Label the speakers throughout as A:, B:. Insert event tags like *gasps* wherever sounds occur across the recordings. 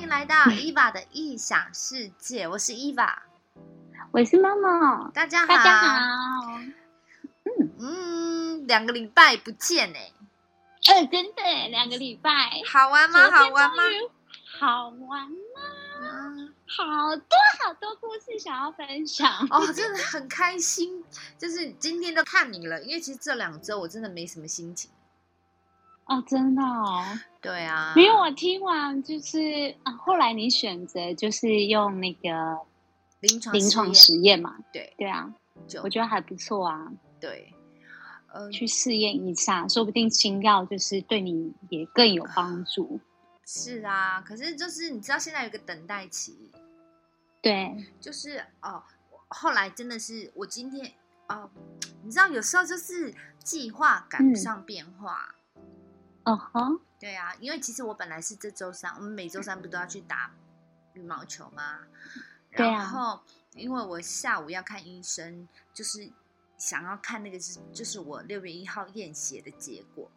A: 迎来
B: 嗯
A: 到 Eva 的异想世界，我是 Eva，
B: 我是猫猫，
A: 大家好，
B: 大家，好。
A: 嗯，两个礼拜不见哎、
B: 呃，真的耶两个礼拜，
A: 好玩吗？
B: 昨天
A: 好啊玩吗？
B: 终于？好玩吗？
A: 嗯
B: 好多好多故事想要
A: *laughs*
B: 分享。
A: 哦，真的很开心，就是今天都看你了，因为其实这两周我真的没什么心情。
B: 哦，真的哦，
A: 对啊，
B: 没有我听完就是啊，后来你选择就是用那个
A: 临床
B: 临床
A: 实
B: 实验嘛，
A: 对
B: 对啊，
A: 就
B: 我觉得还不错啊，
A: 对，呃，
B: 去试验一下，说不定新药就是对你也更有帮助。
A: 是啊，可是就是你知道现在有一个等待期，
B: 对，
A: 就是哦，后来真的是我今天哦，你知道有时候就是计划赶不
B: 嗯
A: 上变化。
B: 嗯哼，
A: 对啊，因为其实我本来是这周三，我们每周三不都要去打羽毛球吗？
B: 对啊
A: 然后因为我下午要看医生，就是想要看那个是就是我六月一号验血的结果，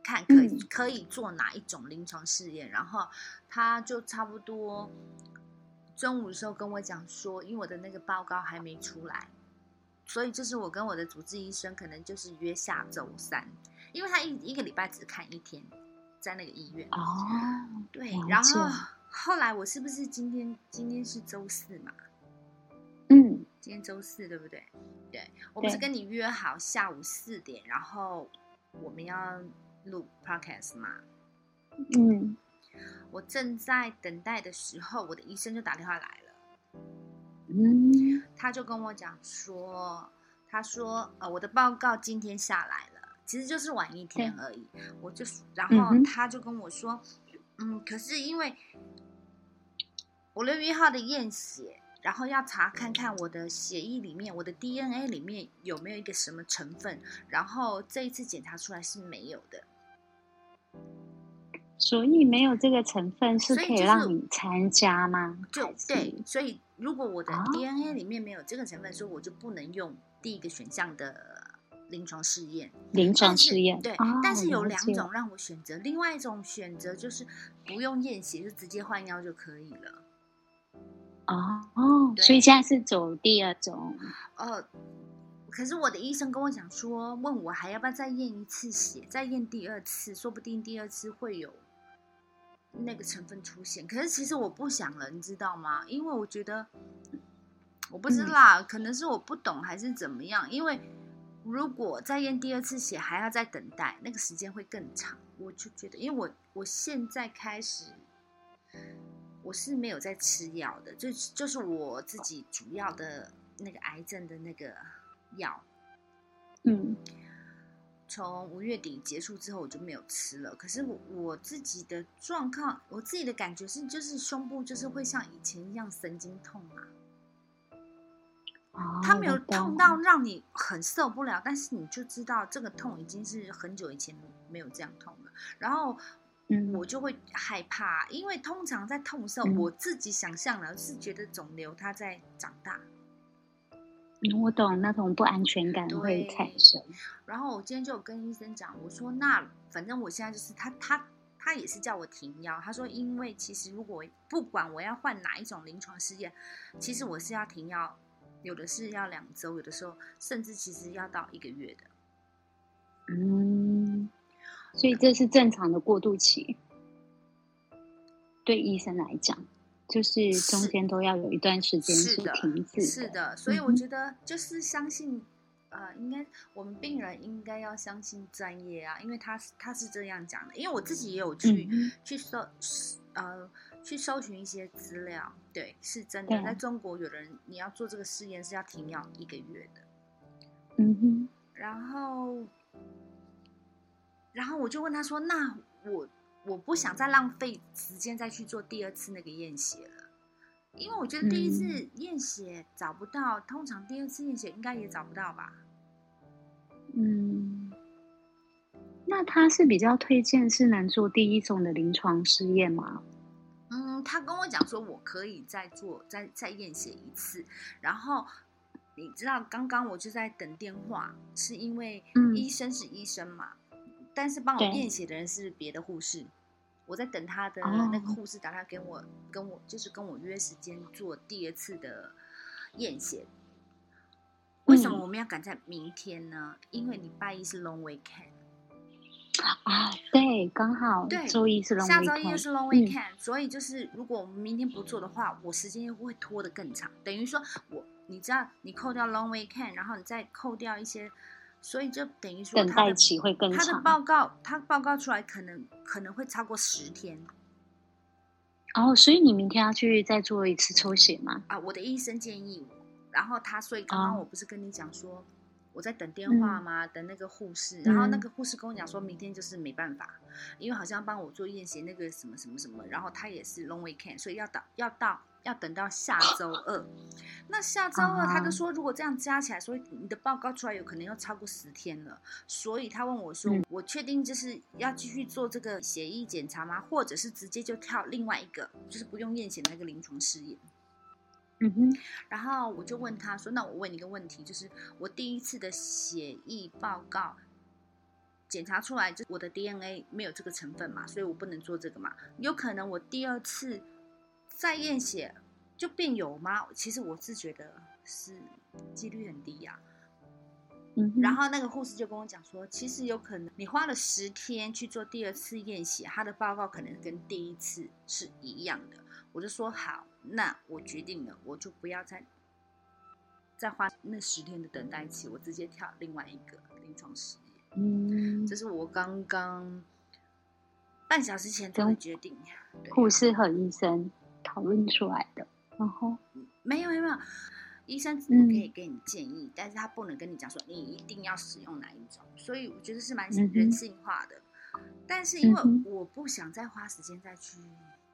A: 看可以、
B: 嗯
A: 可以做哪一种临床试验。然后他就差不多中午的时候跟我讲说，因为我的那个报告还没出来，所以就是我跟我的主治医生可能就是约下周三，因为他一一个礼拜只看一天，在那个医院。
B: 哦，
A: 对
B: 了，
A: 然
B: 解
A: 后 *laughs* 后来我是不是今天今天是周四嘛？
B: 嗯，
A: 今天周四对不对？对，我不
B: 对
A: 是跟你约好下午四点，然后我们要录 podcast 嘛？
B: 嗯，
A: 我正在等待的时候，我的医生就打电话来了，
B: 嗯，
A: 他就跟我讲说，他说呃我的报告今天下来了，其实就是晚一天而已。我就然
B: 嗯
A: 后
B: 哼
A: 他就跟我说，嗯，可是因为我六月一号的验血，然后要查看看我的血液里面，我的 DNA 里面有没有一个什么成分，然后这一次检查出来是没有的。
B: 所以没有这个成分是
A: 所以
B: 可以
A: 就是
B: 让你参加吗？
A: 就
B: 还是
A: 对，所以如果我的
B: 啊
A: DNA 里面没有这个成分，所以我就不能用第一个选项的临床试验。
B: 临
A: 但
B: 床
A: 是
B: 试验
A: 对
B: 哦，
A: 但是有
B: 了
A: 两
B: 解
A: 种让我选择，另外一种选择就是不用验血，就直接换药就可以了。
B: 哦哦，
A: 对
B: 所以现在是走第二种
A: 呃，可是我的医生跟我讲说，问我还要不要再验一次血，再验第二次，说不定第二次会有那个成分出现。可是其实我不想了，你知道吗？因为我觉得我不知
B: 嗯
A: 道啊，可能是我不懂还是怎么样。因为如果再验第二次血，还要再等待，那个时间会更长。我就觉得，因为我我现在开始。我是没有在吃药的，就就是我自己主要的那个癌症的那个药，
B: 嗯
A: 从五月底结束之后我就没有吃了。可是我我自己的状况，我自己的感觉是，就是胸部就是会像以前一样神经痛嘛，
B: 哦，
A: 它没有
B: 我懂
A: 痛到让你很受不了，但是你就知道这个痛已经是很久以前没有这样痛了。然后
B: 嗯
A: 我就会害怕，因为通常在痛的时候，
B: 嗯
A: 我自己想象了是觉得肿瘤它在长大。
B: 嗯我懂那种不安全感会
A: 对
B: 产生，
A: 然后我今天就有跟医生讲，我说那反正我现在就是他他他也是叫我停药，他说因为其实如果不管我要换哪一种临床试验，其实我是要停药，有的是要两周，有的时候甚至其实要到一个月的。
B: 嗯，所以这是正常的过渡期，对医生来讲，就是中
A: 是
B: 间都要有一段时间
A: 是的
B: 停滞
A: 是
B: 的，
A: 的，所以
B: 嗯
A: 我
B: 哼
A: 觉得就是相信。呃，应该我们病人应该要相信专业啊，因为他是他是这样讲的，因为我自己也有去、
B: 嗯
A: 去搜呃去搜寻一些资料，对，是真
B: 对
A: 的。
B: 啊
A: 在中国，有人你要做这个试验是要停药一个月的。
B: 嗯哼，
A: 然后，然后我就问他说：“那我我不想再浪费时间再去做第二次那个验血了，因为我觉得第一次验血找不到，通常第二次验血应该也找不到吧？
B: 嗯，那他是比较推荐是能做第一种的临床试验吗？
A: 嗯，他跟我讲说，我可以再做再再验血一次。然后你知道，刚刚我就在等电话，是因为
B: 嗯
A: 医生是医生嘛，但是帮我
B: 对
A: 验血的人是别的护士，我在等他的
B: 哦
A: 那个护士打电话给我，跟我就是跟我约时间做第二次的验血。为什么
B: 嗯
A: 我们要赶在明天呢？因为礼拜一是 long weekend，
B: 啊，对，刚好
A: 对
B: 周一是 long
A: 下周一又
B: weekend，嗯
A: 是 long weekend，、所以就是如果我们明天不做的话，我时间又会拖得更长。等于说我，你知道，你扣掉 long weekend，然后你再扣掉一些，所以就等于说
B: 等
A: 他
B: 待
A: 的
B: 期会更
A: 他的
B: 长。
A: 报告，他报告出来可能可能会超过十天
B: 哦，所以你明天要去再做一次抽血吗？
A: 啊！我的医生建议我，然后他所以刚刚
B: 哦嗯
A: 我不是跟你讲说我在等电话吗？等那个护士，然后那个护士跟我讲说明天就是没办法，因为好像帮我做验血那个什么什么什么，然后他也是 long weekend，所以要到要到要等到下周二。那下周二他就
B: 啊
A: 说，如果这样加起来，所以你的报告出来有可能要超过十天了。所以他问我说：“
B: 嗯
A: 我确定就是要继续做这个血液检查吗？或者是直接就跳另外一个，就是不用验血的那个临床试验
B: 嗯哼，？”
A: 然后我就问他说：“那我问你一个问题，就是我第一次的血液报告检查出来，就我的 DNA 没有这个成分嘛，所以我不能做这个嘛。有可能我第二次再验血就变有吗？其实我是觉得是几率很低呀、
B: 嗯哼，
A: 然后那个护士就跟我讲说，其实有可能你花了十天去做第二次验血，他的报告可能跟第一次是一样的。我就说好，那我决定了，我就不要再再花那十天的等待期，我直接跳另外一个临床实验。
B: 嗯
A: 这，是我刚刚半小时前做的
B: 跟
A: 决定。对
B: 护士和医生讨论出来的。然后，
A: 没有没有没有，医生只
B: 嗯
A: 可以给你建议，但是他不能跟你讲说你一定要使用哪一种，所以我觉得是蛮
B: 嗯哼
A: 人性化的。但是因为
B: 嗯
A: 我不想再花时间再去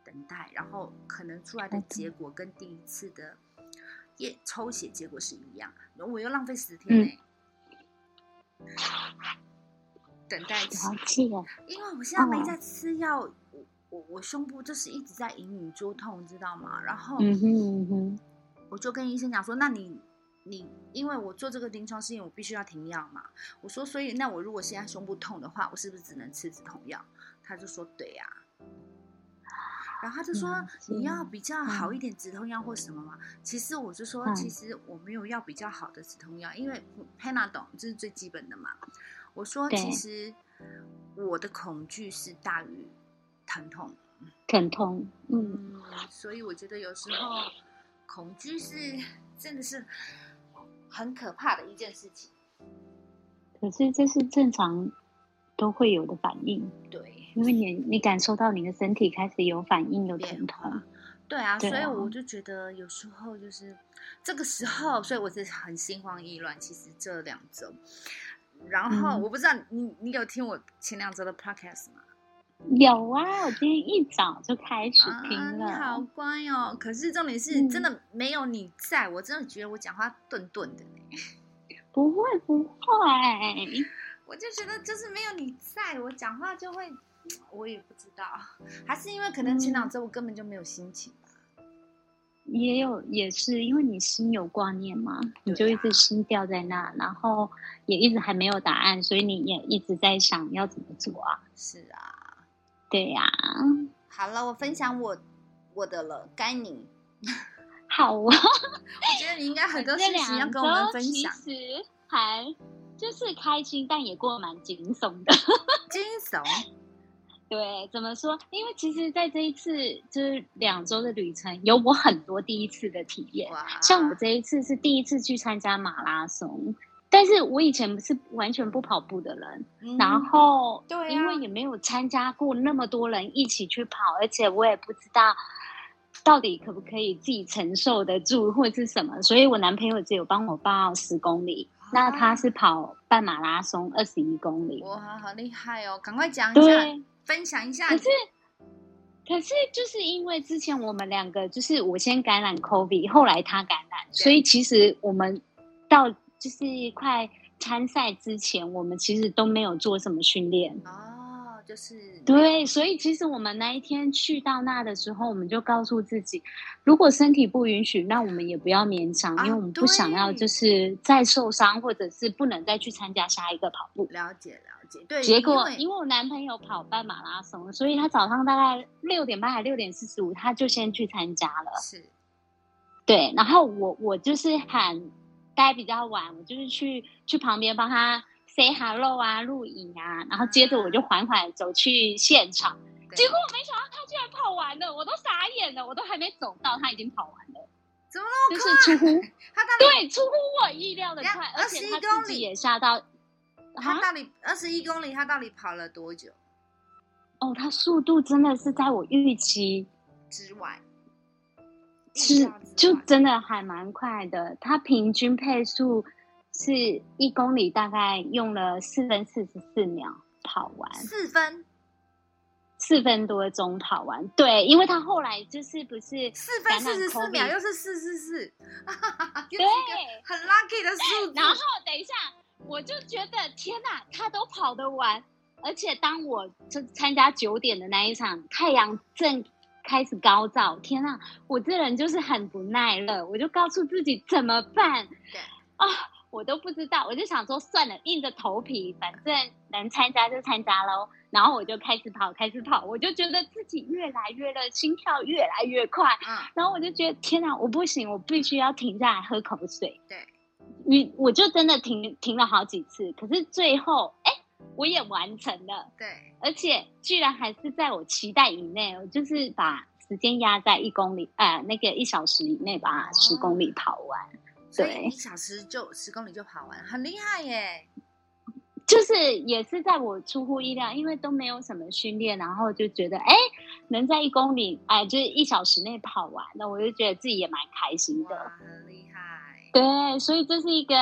A: 等待，然后可能出来的
B: 好的
A: 结果跟第一次的验抽血结果是一样，我又浪费十
B: 嗯
A: 天呢、等待期，
B: 了解，
A: 因为我现在没
B: 哦
A: 在吃药，我我我胸部就是一直在隐隐作痛，知道吗？然后
B: 嗯哼嗯哼，
A: 我就跟医生讲说，那你你因为我做这个临床试验，我必须要停药嘛。我说，所以那我如果现在胸部痛的话，我是不是只能吃止痛药？他就说，对呀、然后他就说
B: 了：“解
A: 你要比较好一点止痛药或什么吗？”其实我就说：“
B: 嗯
A: 其实我没有要比较好的止痛药，因为 Panadol 这是最基本的嘛。”我说：“
B: 对
A: 其实我的恐惧是大于疼痛。”
B: 疼痛，嗯，
A: 嗯，所以我觉得有时候恐惧是真的是很可怕的一件事情。
B: 可是这是正常都会有的反应，
A: 对，
B: 因为你你感受到你的身体开始有反应，有
A: 变
B: 疼
A: 化
B: 痛，。
A: 对啊，
B: 对
A: 所以
B: 啊
A: 我就觉得有时候就是这个时候，所以我是很心慌意乱。其实这两周，然后
B: 嗯
A: 我不知道你你有听我前两周的 podcast 吗？
B: 有啊，我今天一早就开始
A: 啊，
B: 听
A: 你好
B: 了，
A: 乖哦！可是重点是，
B: 嗯
A: 真的没有你在，我真的觉得我讲话顿顿的。
B: 不会不会，
A: 我就觉得就是没有你在，我讲话就会，我也不知道，还是因为可能前两周我根本就没有心情吧。
B: 也有也是因为你心有挂念嘛，你就
A: 对
B: 一
A: 啊
B: 直心吊在那，然后也一直还没有答案，所以你也一直在想要怎么做啊？
A: 是啊，
B: 对呀、
A: 好了，我分享我我的了，该你。
B: 好
A: *laughs*
B: 啊。
A: 我觉得你应该很多事
B: 这
A: 情要
B: 两
A: 跟
B: 周
A: 我们分享，
B: 其实还就是开心，但也过得蛮惊悚的。 *laughs*
A: 惊悚
B: 对，怎么说？因为其实在这一次就是两周的旅程，有我很多第一次的体验。
A: 哇！
B: *laughs* 像我这一次是第一次去参加马拉松，但是我以前不是完全不跑步的人，
A: 嗯
B: 然后
A: 对啊
B: 因为也没有参加过那么多人一起去跑，而且我也不知道到底可不可以自己承受得住或是什么，所以我男朋友只有帮我报十公里，那他是跑半马拉松二十一公里，
A: 啊哇，好厉害哦！赶快讲一下，
B: 对，
A: 分享一下
B: 可。是。可是，就是因为之前我们两个，就是我先感染 COVID，后来他感染，所以其实我们到就是快参赛之前，我们其实都没有做什么训练。
A: 哦，就是
B: 对，所以其实我们那一天去到那的时候，我们就告诉自己，如果身体不允许，那我们也不要勉强，
A: 啊
B: 因为我们不想要
A: 对
B: 就是再受伤，或者是不能再去参加下一个跑步。
A: 了解了解，对，
B: 结果，
A: 因
B: 因
A: 为
B: 为我男朋友跑半马拉松，所以他早上大概六点半还六点四十五，他就先去参加了。
A: 是
B: 对，然后我我就是喊待比较晚，我就是去去旁边帮他 say hello 啊、录影啊，然后接着我就缓缓走去现场。
A: 对
B: 结果我没想到他居然跑完了，我都傻眼了，我都还没走到，他已经跑完了，
A: 怎么
B: 就是出乎
A: 他到底
B: 对出乎我意料的
A: 等一下
B: 快，而且
A: 21
B: 他
A: 公
B: 自
A: 里
B: 己也吓到。
A: 他
B: 啊
A: 到底二十一公里，他到底跑了多久
B: 哦，他速度真的是在我预期
A: 之外？意料
B: 是
A: 之
B: 就
A: 外
B: 真的还蛮快的，它平均配速是一公里大概用了四分四十四秒跑完，
A: 四分
B: 四分多钟跑完。对，因为他后来就是不是
A: 四
B: 感
A: 分
B: 染
A: 四十四
B: COVID
A: 秒，又是四四四，又是
B: 对，
A: 一个很 lucky 的数字
B: 然。后等一下我就觉得天哪，他都跑得完，而且当我就参加九点的那一场，太阳正。开始高照，天啊！我这人就是很不耐热，我就告诉自己怎么办
A: 对
B: 啊，我都不知道，我就想说算了，硬着头皮，反正能参加就参加喽。然后我就开始跑，开始跑，我就觉得自己越来越热，心跳越来越快，
A: 嗯，
B: 然后我就觉得天哪，我不行，我必须要停下来喝口水。
A: 对，
B: 你我就真的停停了好几次，可是最后哎，我也完成了，
A: 对，
B: 而且居然还是在我期待以内，我就是把时间压在一公里，呃，那个一小时以内把十
A: 哦
B: 公里跑完。
A: 所以
B: 对
A: 一小时就十公里就跑完，很厉害耶。
B: 就是也是在我出乎意料，因为都没有什么训练，然后就觉得哎，能在一公里哎，就是一小时内跑完，那我就觉得自己也蛮开心的。
A: 哇，很厉害。
B: 对，所以这是一个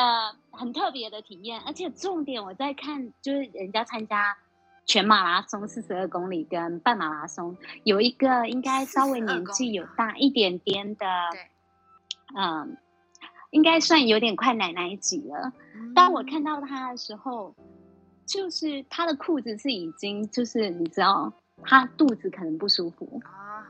B: 很特别的体验，而且重点我在看，就是人家参加全马拉松四十二公里跟半马拉松，有一个应该稍微
A: 42
B: 年
A: 公里
B: 纪有
A: 啊
B: 大一点点的，
A: 对，
B: 嗯，应该算有点快奶奶级了。
A: 嗯
B: 当我看到他的时候，就是他的裤子是已经就是你知道，他肚子可能不舒服，
A: 啊，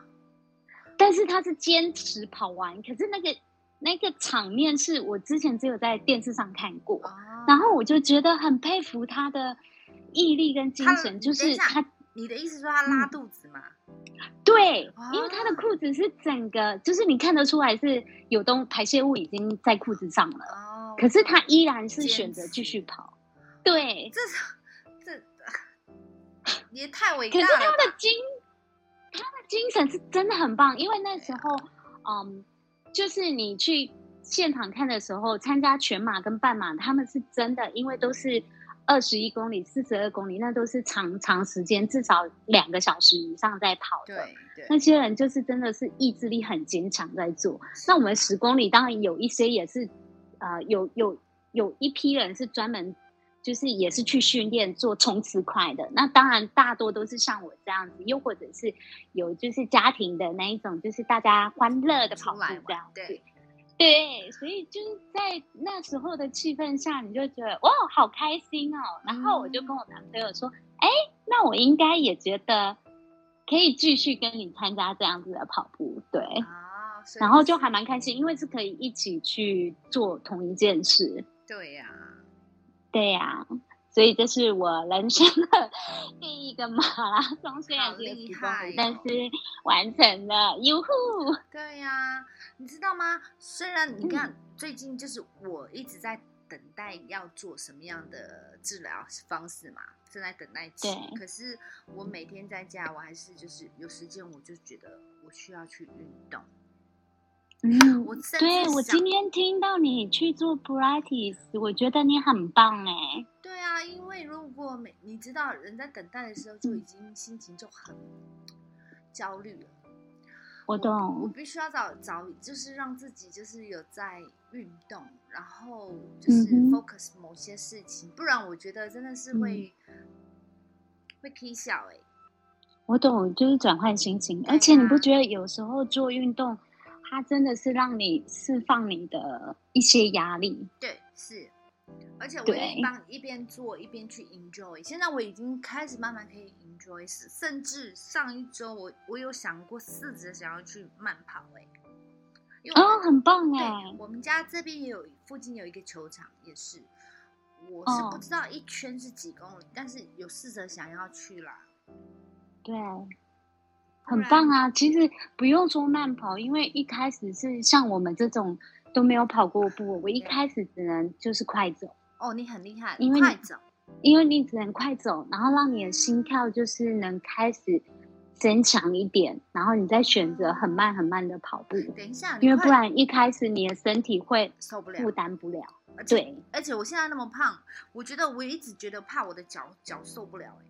B: 但是他是坚持跑完。可是那个那个场面是我之前只有在电视上看过，
A: 哦
B: 然后我就觉得很佩服他的毅力跟精
A: 他
B: 神，就
A: 等一
B: 是
A: 下
B: 他
A: 你的意思说他
B: 嗯
A: 拉肚子吗？
B: 对，
A: 啊
B: 因为他的裤子是整个，就是你看得出来是有东排泄物已经在裤子上了，
A: 哦，
B: 可是他依然是
A: 坚
B: 选择继
A: 持
B: 续跑。对，
A: 这这也太伟
B: 可
A: 大
B: 是
A: 了
B: 他
A: 吧。
B: 的精，他的精神是真的很棒，因为那时候，嗯，就是你去现场看的时候，参加全马跟半马，他们是真的，因为都是二十一公里、四十二公里，那都是长长时间，至少两个小时以上在跑的。
A: 对对，
B: 那些人就是真的是意志力很坚强在做。那我们十公里当然有一些也是，呃，有有有一批人是专门就是也是去训练做冲刺快的。那当然大多都是像我这样子，又或者是有就是家庭的那一种，就是大家欢乐的跑
A: 出
B: 步
A: 来玩
B: 这样子。
A: 对
B: 对，所以就是在那时候的气氛下，你就觉得哇，好开心哦。然后我就
A: 嗯
B: 跟我男朋友说，哎、那我应该也觉得可以继续跟你参加这样子的跑步，对。
A: 啊，所以
B: 然后就是还蛮开心，因为是可以一起去做同一件事，
A: 对呀、
B: 对呀、所以这是我人生的第一个马拉松，虽
A: 嗯好
B: 然只有
A: 厉
B: 10公
A: 害
B: 里，但
A: 哦
B: 是完成了，哟呼！
A: 对呀、你知道吗？虽然你
B: 嗯
A: 看、最近就是我一直在等待要做什么样的治疗方式嘛，正在等待期。
B: 对
A: 可是我每天在家，我还是就是有时间，我就觉得我需要去运动。
B: 嗯，
A: 我甚至
B: 对我
A: 想
B: 今天听到你去做 Pilates，我觉得你很棒哎、
A: 对啊，因为如果每你知道人在等待的时候就
B: 嗯
A: 已经心情就很焦虑了，
B: 我
A: 我
B: 懂，
A: 必须要找找，就是让自己就是有在运动，然后就是
B: 嗯哼
A: focus 某些事情，不然我觉得真的是会、
B: 嗯
A: 会 k 小哎、
B: 我懂，就是转换心情，
A: 对
B: 而且你不
A: 呀
B: 觉得有时候做运动，它真的是让你释放你的一些压力？
A: 对，是，而且我
B: 对
A: 一帮一边做一边去 enjoy，现在我已经开始慢慢可以 enjoy enjoy，甚至上一周我我有想过试着想要去慢跑、欸，哎，因为我
B: 哦，很棒哎
A: 对，，我们家这边也有附近有一个球场，也是，我是不
B: 哦
A: 知道一圈是几公里，但是有试着想要去啦。
B: 对，
A: 不
B: 很
A: 然
B: 棒啊！其实不用说慢跑，因为一开始是像我们这种都没有跑过步，我一
A: 对
B: 开始只能就是快走，
A: 哦，你很厉害，
B: 因为你
A: 快走，
B: 因为你只能快走，然后让你的心跳就是能开始增强一点，然后你再选择很慢很慢的跑步，
A: 等一下，你
B: 因为
A: 快
B: 不然一开始你的身体会
A: 受不了
B: 负。担不了。
A: 而且
B: 对，
A: 而且我现在那么胖，我觉得我一直觉得怕我的脚脚受不了、欸，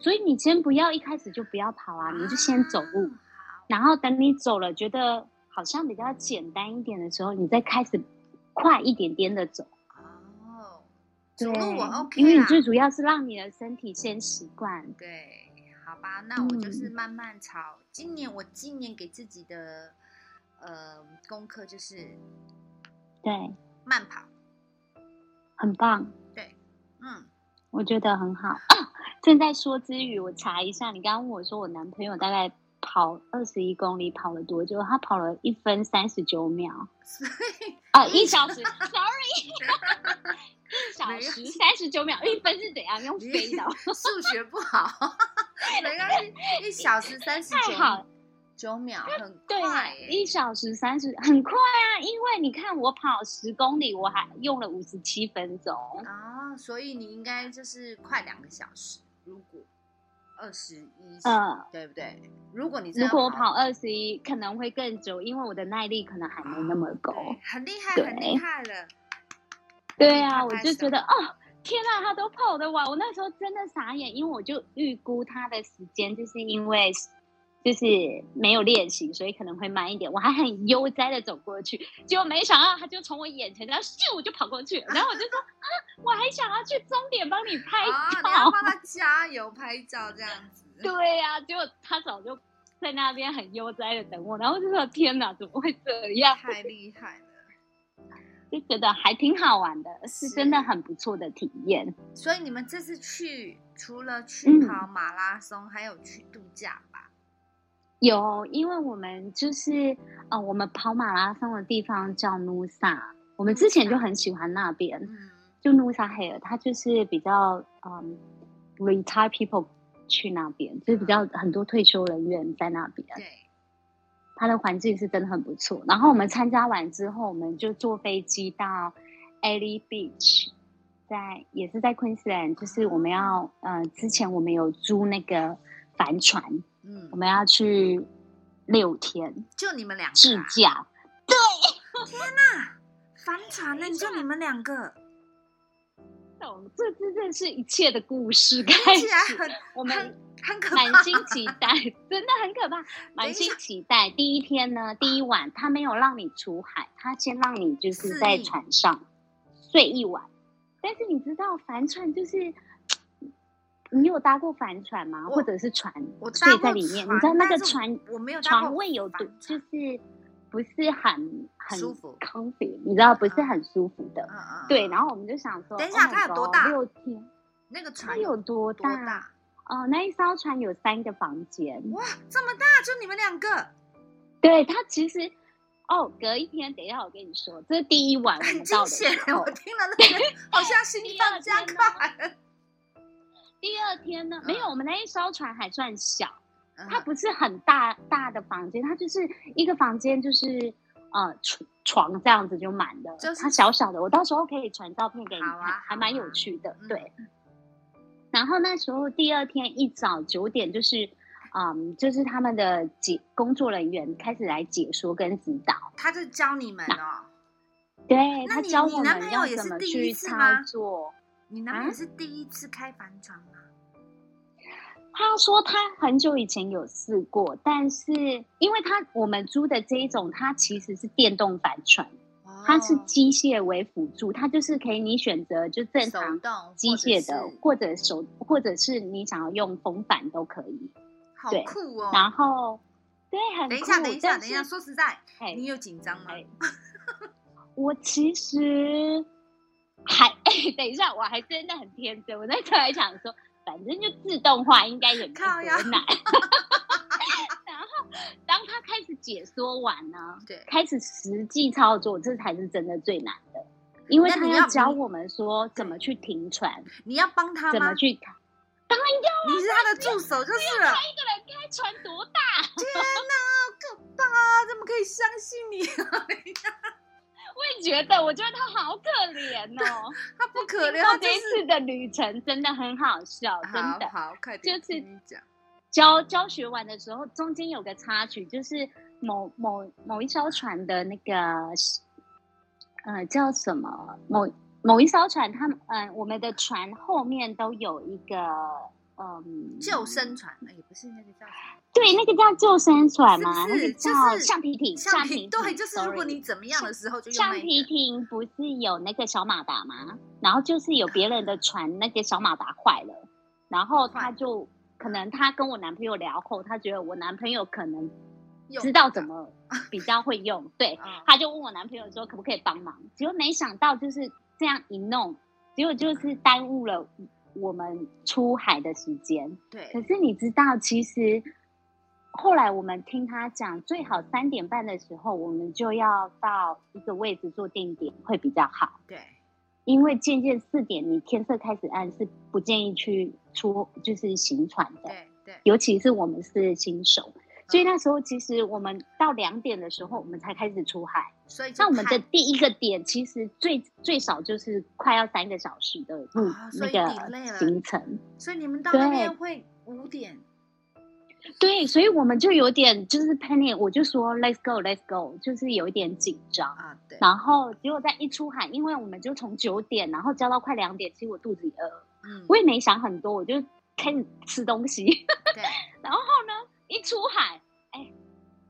B: 所以你先不要一开始就不要跑啊，你就先走路，
A: 好
B: 然后等你走了觉得好像比较简单一点的时候，你再开始快一点点的走。
A: 哦，走，
B: 对
A: 路我 OK
B: 因为你
A: 啦
B: 最主要是让你的身体先习惯。
A: 对，好吧，那我就是
B: 嗯
A: 慢慢朝。今年我今年给自己的呃功课就是
B: 对，
A: 慢跑，
B: 很棒，
A: 嗯， *laughs*
B: 我觉得很好啊。正在说之余，我查一下，你刚刚问我说我男朋友大概跑二十一公里跑了多久？他跑了一分三十九秒
A: 所以
B: 啊， *laughs*
A: *laughs*
B: 一小时，sorry，一小
A: 没有
B: 时三十九秒，一分是怎样 *laughs* 用
A: 你
B: 飞的哦？
A: 数学不好， *laughs* 没关系，一小时三十
B: 太好
A: 九九秒，很
B: 对啊
A: 快、，欸，
B: 一小时三十很快啊，因为你看我跑十公里，我还用了五十七分钟。
A: 啊、所以你应该就是快两个小时，如果二十一，
B: 呃，
A: 对不对？如果你真的
B: 如果我跑
A: 跑
B: 二十一，可能会更久，因为我的耐力可能还没那么够。
A: 啊对很厉害，
B: 对
A: 很厉害了。
B: 对啊，
A: 拍
B: 我
A: 拍
B: 就
A: 手
B: 觉得哦，天啊，他都跑得完，我那时候真的傻眼，因为我就预估他的时间，就是因为就是没有练习，所以可能会慢一点。我还很悠哉的走过去，结果没想到他就从我眼前这样咻我就跑过去，然后我就
A: *laughs*
B: 说啊，我还想要去终点帮你拍
A: 啊，你
B: 照。
A: 要帮他加油拍照这样子。
B: *laughs* 对呀、结果他早就在那边很悠哉的等我，然后我就说天哪，怎么会这样？
A: 太厉害了！
B: 就觉得还挺好玩的，是
A: 是
B: 真的很不错的体验。
A: 所以你们这次去，除了去
B: 嗯
A: 跑马拉松，还有去度假吧？
B: 有，因为我们就是呃，我们跑马拉松的地方叫努萨，我们之前就很喜欢那边，
A: 嗯，
B: 就努萨海尔，它就是比较嗯，retire people 去那边，就是比较很多退休人员在那边，
A: 对，
B: 它的环境是真的很不错。然后我们参加完之后，我们就坐飞机到 Ali Beach，在也是在昆士兰，就是我们要呃，之前我们有租那个帆船，
A: 嗯
B: 我，们要去六天
A: 就你们两个、
B: 自
A: 啊，
B: 驾，
A: 帆船呢？就你们两个，
B: 懂这这这是一切的
A: *laughs*
B: 故事开
A: 听起
B: 始
A: 来，很
B: 我
A: 很
B: 们
A: 很可怕
B: 满。心期待，真的
A: *laughs*
B: 很可怕，满心期待。第一天呢，第一晚他没有让你出海，他先让你就是
A: 适
B: 在
A: 应
B: 船上睡一晚，但是你知道帆船就是。你有搭过帆船吗？
A: 我
B: 或者是船？
A: 我搭
B: 睡在
A: 过
B: 里面，你
A: 船
B: 知道那个
A: 但是
B: 船
A: 我没有搭过
B: 床位有多
A: 帆，嗯
B: 就
A: 船
B: 是不是很很
A: 舒服
B: comfy，你知道不是很舒服的。
A: 嗯嗯，
B: 对，然
A: 后
B: 后我们就想说，
A: 等一下
B: Oh my
A: 它有多
B: God，
A: 大
B: 六天，
A: 那个
B: 它
A: 船
B: 有多
A: 多大？
B: 哦，那一艘船有三个房间。
A: 哇，这么大，就你们两个，
B: 哦对，它其实哦，隔一天，等一下我跟你说，这是第一晚我
A: 很
B: 们
A: 惊
B: 到的
A: 险
B: 时。候
A: 我，听了那
B: *laughs*
A: 个，好像心
B: 哎
A: 脏加快。
B: 第二天呢，没有，我们那一艘船还算小，
A: 嗯
B: 它不是很大大的房间，它就是一个房间，就是呃床床这样子就满了，
A: 就是
B: 它小小的，我到时候可以传照片给你看，
A: 好啊
B: 还蛮
A: 好啊
B: 有趣的，
A: 嗯
B: 对。然后那时候第二天一早九点，就是嗯，就是他们的解工作人员开始来解说跟指导，
A: 他就教你们哦。
B: 对
A: 那
B: 他
A: 你
B: 教
A: 你
B: 我
A: 男
B: 们
A: 朋友
B: 要
A: 也
B: 怎
A: 是
B: 么
A: 第
B: 去
A: 一次吗
B: 操作。
A: 你男朋友
B: 啊
A: 是第一次开帆船吗？
B: 他说他很久以前有试过，但是因为他我们租的这一种，它其实是电动帆船，
A: 哦
B: 它是机械为辅助，它就是可以你选择就正
A: 手
B: 常
A: 动
B: 机械的，
A: 或
B: 或者手，或者是你想要用风帆都可以。
A: 者是
B: 对
A: 好酷哦。
B: 然后，对，很
A: 等一下，
B: 酷
A: 等一下，
B: 但
A: 等一下，
B: 是
A: 说实在，
B: 哎
A: 你有紧张吗？
B: 哎我其实还哎、等一下，我还真的很天真。我那时候还想说，反正就自动化，应该也没多
A: 靠呀
B: 难。 *laughs* 然后，当他开始解说完呢，
A: 对，
B: 开始实际操作，这才是真的最难的，因为
A: 那
B: 他
A: 你
B: 要
A: 要
B: 教
A: 你
B: 我们说怎么去停船，
A: 你要帮他
B: 怎
A: 吗
B: 么？去开
A: 你是他的助手就是了。
B: 开船多大，
A: 天哪，好可怕啊！怎么可以相信你 *laughs* 啊？
B: 我也觉得，我觉得他好可怜哦。
A: 他不 *laughs* 可怜，啊
B: 到
A: 他就
B: 这一
A: 是
B: 次的旅程真的很好笑，真
A: 好
B: 的。
A: 好快点，
B: 就是
A: 听你讲。
B: 教教学完的时候，中间有个插曲，就是某某某一艘船的那个，呃，叫什么？某某一艘船，他们，嗯、我们的船后面都有一个，嗯，
A: 救生船呃也不是那个叫什么
B: 对，那个叫救生船
A: 是
B: 吗？
A: 不
B: 那
A: 是
B: 个叫
A: 就是
B: 橡皮艇，
A: 橡
B: 皮艇，
A: 对，就是如果
B: sorry
A: 你怎么样的时候就用
B: 橡
A: 那
B: 皮
A: 个。
B: 艇不是有那个小马达吗？然后就是有别人的船，那个小马达坏了，然后他就可能他跟我男朋友聊后，他觉得我男朋友可能
A: 用
B: 知道
A: *laughs*
B: 怎么比较会用，对，
A: 啊，
B: 他就问我男朋友说可不可以帮忙，结果没想到就是这样一弄，结果就是耽误了我们出海的时间。
A: 对
B: 可是你知道，其实后来我们听他讲，最好三点半的时候，我们就要到一个位置做定点会比较好，
A: 对
B: 因为渐渐四点你天色开始暗，是不建议去出就是行船的，
A: 对嗯对，
B: 尤其是我们是新手，所以那时候其实我们到两点的时候，我们才开始出海。
A: 嗯所以就
B: 那我们的
A: 看
B: 第一个点其实最最少就是快要三个小时的路、
A: 啊所
B: 那
A: 以
B: 个
A: delay 了
B: 行程。
A: 所以你们到那
B: 对
A: 边会五点，
B: 对，所以我们就有点就是 panic，我就说 let's go，let's go，就是有一点紧张。
A: 啊，对，
B: 然后结果在一出海，因为我们就从九点，然后教到快两点，其实我肚子也饿，
A: 嗯，
B: 我也没想很多，我就开始吃东西。 *laughs*
A: 对，
B: 然后呢，一出海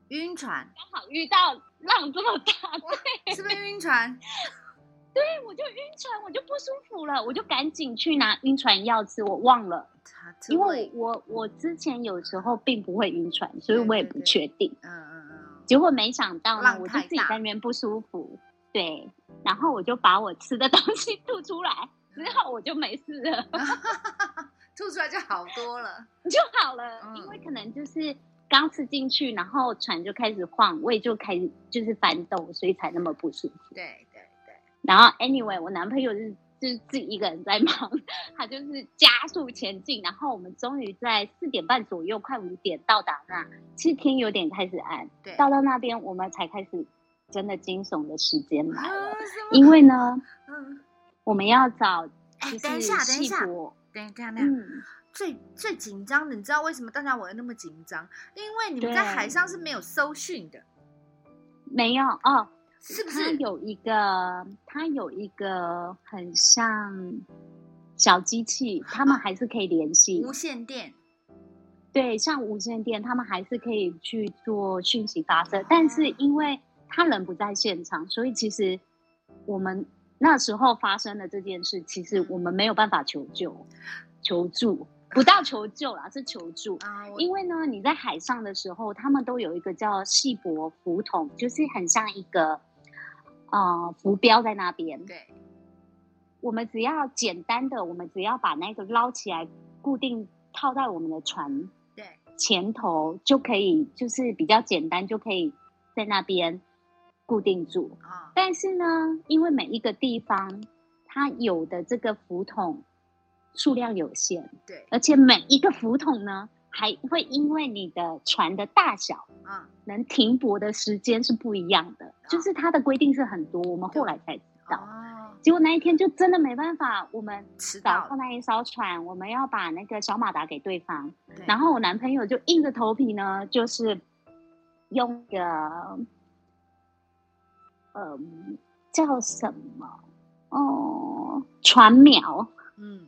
A: 晕船
B: 刚好遇到浪这么大，
A: 是不是晕船？
B: 对，我就晕船，我就不舒服了，我就赶紧去拿晕船药吃，我忘了，
A: 他这
B: 因为
A: 位
B: 我我我之前有时候并不会晕船，所以
A: 对
B: 我也
A: 对
B: 不
A: 对
B: 确定。
A: 嗯嗯嗯，
B: 结果没想到呢
A: 浪，
B: 我就
A: 太
B: 自己
A: 大
B: 在那边不舒服，对，然后我就把我吃的 *laughs* 东西吐出来，之后我就没事了，
A: 吐出来就好多了，
B: 就好了，因
A: 嗯
B: 为可能就是刚吃进去，然后船就开始晃，胃就开始就是翻动，所以才那么不舒服。
A: 对对对，
B: 然后 anyway，我男朋友就是就是自己一个人在忙，他就是加速前进，然后我们终于在四点半左右，快五点到达那，其实天有点开始暗，
A: 对
B: 到到那边我们才开始真的惊悚的时间
A: 啊
B: 来了，
A: 什么
B: 因为呢，
A: 嗯，
B: 我们要找
A: 哎
B: 就
A: 等
B: 是
A: 一下等一
B: 戏
A: 下
B: 骨，
A: 等一下，等一下。
B: 嗯，
A: 最最紧张的，你知道为什么大家玩得那么紧张？因为你们在
B: 对
A: 海上是没有搜讯的，
B: 没有哦，
A: 是不
B: 它
A: 是？
B: 有一个，它有一个很像小机器，他们还是可以联系，
A: 哦无线电，
B: 对，像无线电，他们还是可以去做讯息发射，但是
A: 哦
B: 因为他人不在现场，所以其实我们那时候发生的这件事，其实
A: 嗯
B: 我们没有办法求救、求助，不到求救啦，是求助。
A: 啊，我
B: 因为呢，你在海上的时候，他们都有一个叫细薄浮筒，就是很像一个呃浮标在那边。
A: 对
B: 我们只要简单的，我们只要把那个捞起来，固定套在我们的船
A: 对
B: 前头就可以，就是比较简单，就可以在那边固定住。
A: 啊，
B: 但是呢，因为每一个地方它有的这个浮筒数量有限，
A: 对
B: 而且每一个浮筒呢，还会因为你的船的大小。
A: 啊，
B: 能停泊的时间是不一样的，就是它的规定是很多，我们后来才知道。
A: 哦，
B: 结果那一天就真的没办法，我们
A: 迟
B: 找
A: 到
B: 到
A: 了，
B: 那一艘船，我们要把那个小马达给对方，
A: 对
B: 然后我男朋友就硬着头皮呢，就是用个，呃，叫什么？哦，船苗
A: 嗯，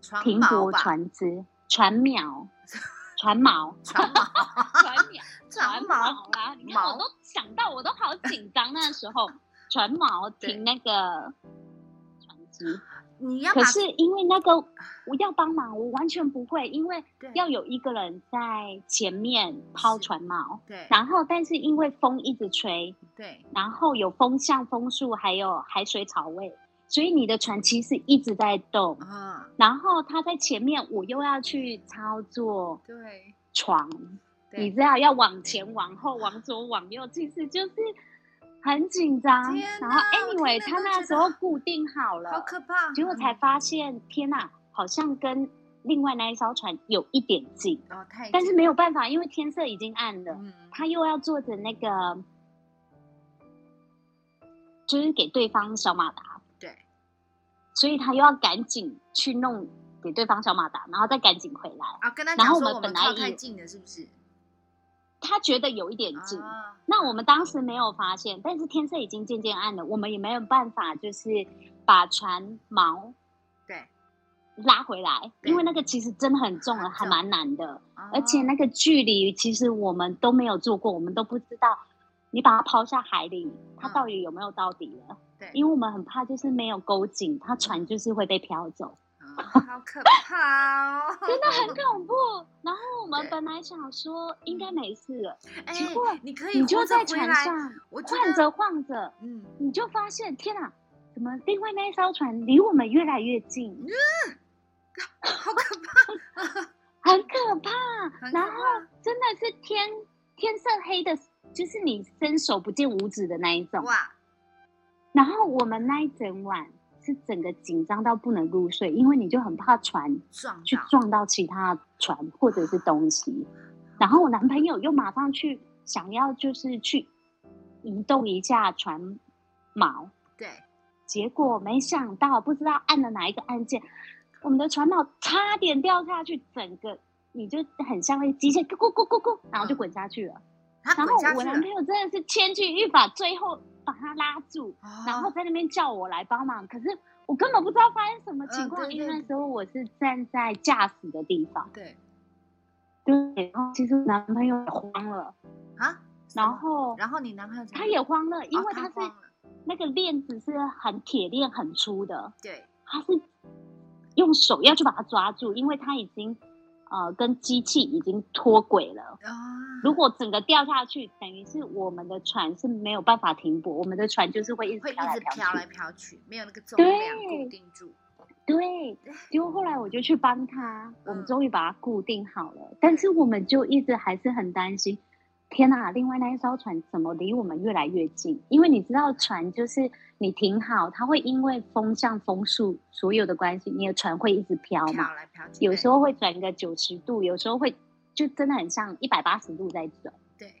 A: 船
B: 停
A: 锚
B: 泊
A: 吧，
B: 船只，船
A: *laughs*
B: 苗，船锚，
A: 船锚， *laughs*
B: 船苗，船 *laughs*
A: 船锚，
B: 锚啦！你看我
A: 毛
B: 都想到，我都好紧张。那时候船
A: *laughs*
B: 锚停那个船只，
A: 你要把
B: 可是因为那个我要帮忙，我完全不会，因为
A: 对
B: 要有一个人在前面抛
A: 是
B: 船锚，
A: 对
B: 然后但是因为风一直吹，
A: 对
B: 然后有风向、风速，还有海水草味，所以你的船其实一直在动。
A: 啊，
B: 然后他在前面，我又要去操作
A: 对，
B: 床，
A: 对
B: 你知道要往前、往后、往左、往右，其实就是很紧张。
A: 天
B: 然后
A: 哪我听
B: anyway，
A: 了
B: 他
A: 都
B: 那
A: 觉
B: 时
A: 得
B: 候固定好了，
A: 好可怕。
B: 结果才发现，天哪，好像跟另外那一艘船有一点近，
A: 嗯哦，太
B: 但是没有办法，因为天色已经暗了，
A: 嗯，
B: 他又要坐着那个，就是给对方小马达，
A: 对，
B: 所以他又要赶紧去弄给对方小马达，然后再赶紧回来。
A: 啊，跟他
B: 然
A: 讲
B: 后
A: 说
B: 我们
A: 我们
B: 本来
A: 靠
B: 以
A: 太
B: 为
A: 近了，是不是？
B: 他觉得有一点近，
A: 啊，
B: 那我们当时没有发现，但是天色已经渐渐暗了，我们也没有办法，就是把船锚
A: 对，
B: 拉回来，
A: 对
B: 因为那个其实真的很重
A: 很
B: 了，
A: 重
B: 还蛮难的，
A: 而
B: 而且那个距离其实我们都没有做过，我们都不知道你把它抛下海里，它
A: 嗯
B: 到底有没有到底了？
A: 对，
B: 因为我们很怕就是没有勾紧，它船就是会被漂
A: 嗯
B: 走，
A: 好可怕哦！
B: 真的很恐怖。然后我们
A: 嗯对
B: 本来想说应该没事了，
A: 哎
B: 结果，
A: 你可以
B: 你就
A: 活着
B: 在
A: 回
B: 船
A: 来，
B: 上
A: 我觉
B: 晃
A: 得，
B: 着晃着。
A: 嗯，
B: 你就发现，天啊，怎么另外那一艘船离我们越来越
A: 嗯
B: 近，
A: 好可怕，
B: 很可怕。
A: 很可
B: 然后
A: 怕
B: 真的是天天色黑的，就是你伸手不见五指的那一种。
A: 哇！
B: 然后我们那一整晚是整个紧张到不能入睡，因为你就很怕船
A: 撞
B: 去
A: 到，
B: 撞到其他船或者是东西。然后我男朋友又马上去想要就是去移动一下船锚，
A: 对，
B: 结果没想到，不知道按了哪一个按键，我们的船锚差点掉下去，整个你就很像那机械咕咕咕咕咕，然后就滚下去了。
A: 他
B: 然
A: 嗯滚
B: 后
A: 下
B: 我
A: 去
B: 男朋
A: 了，
B: 友真的是千钧一发，最后把他拉住，
A: 哦
B: 然后在那边叫我来帮忙，可是我根本不知道发生什么情况，
A: 嗯对
B: 因为
A: 对
B: 那时候我是站在驾驶的地方，
A: 对
B: 对，然后其实我男朋友也慌了，
A: 啊，什
B: 然
A: 么
B: 后
A: 然后你男朋友怎么
B: 他
A: 样
B: 也慌了，因
A: 哦
B: 为
A: 他
B: 他是
A: 慌了
B: 那个链子是很铁链很粗的，
A: 对
B: 他是用手要去把它抓住，因为他已经呃跟机器已经脱轨了。
A: 啊，
B: 如果整个掉下去，等于是我们的船是没有办法停泊，我们的船就是会一直
A: 会一
B: 飘来
A: 直飘
B: 去。
A: 来飘去，没有那个重
B: 对
A: 量固定住，
B: 对，结果后来我就去帮他，我
A: 嗯
B: 们终于把它固定好了，但是我们就一直还是很担心。天呐、另外那一艘船怎么离我们越来越近？因为你知道，船就是你停好，它会因为风向、风速所有的关系，你的船会一直飘嘛。
A: 飘来飘去，
B: 有
A: 对
B: 时候会转个九十度，有时候会就真的很像一百八十度在转。
A: 对，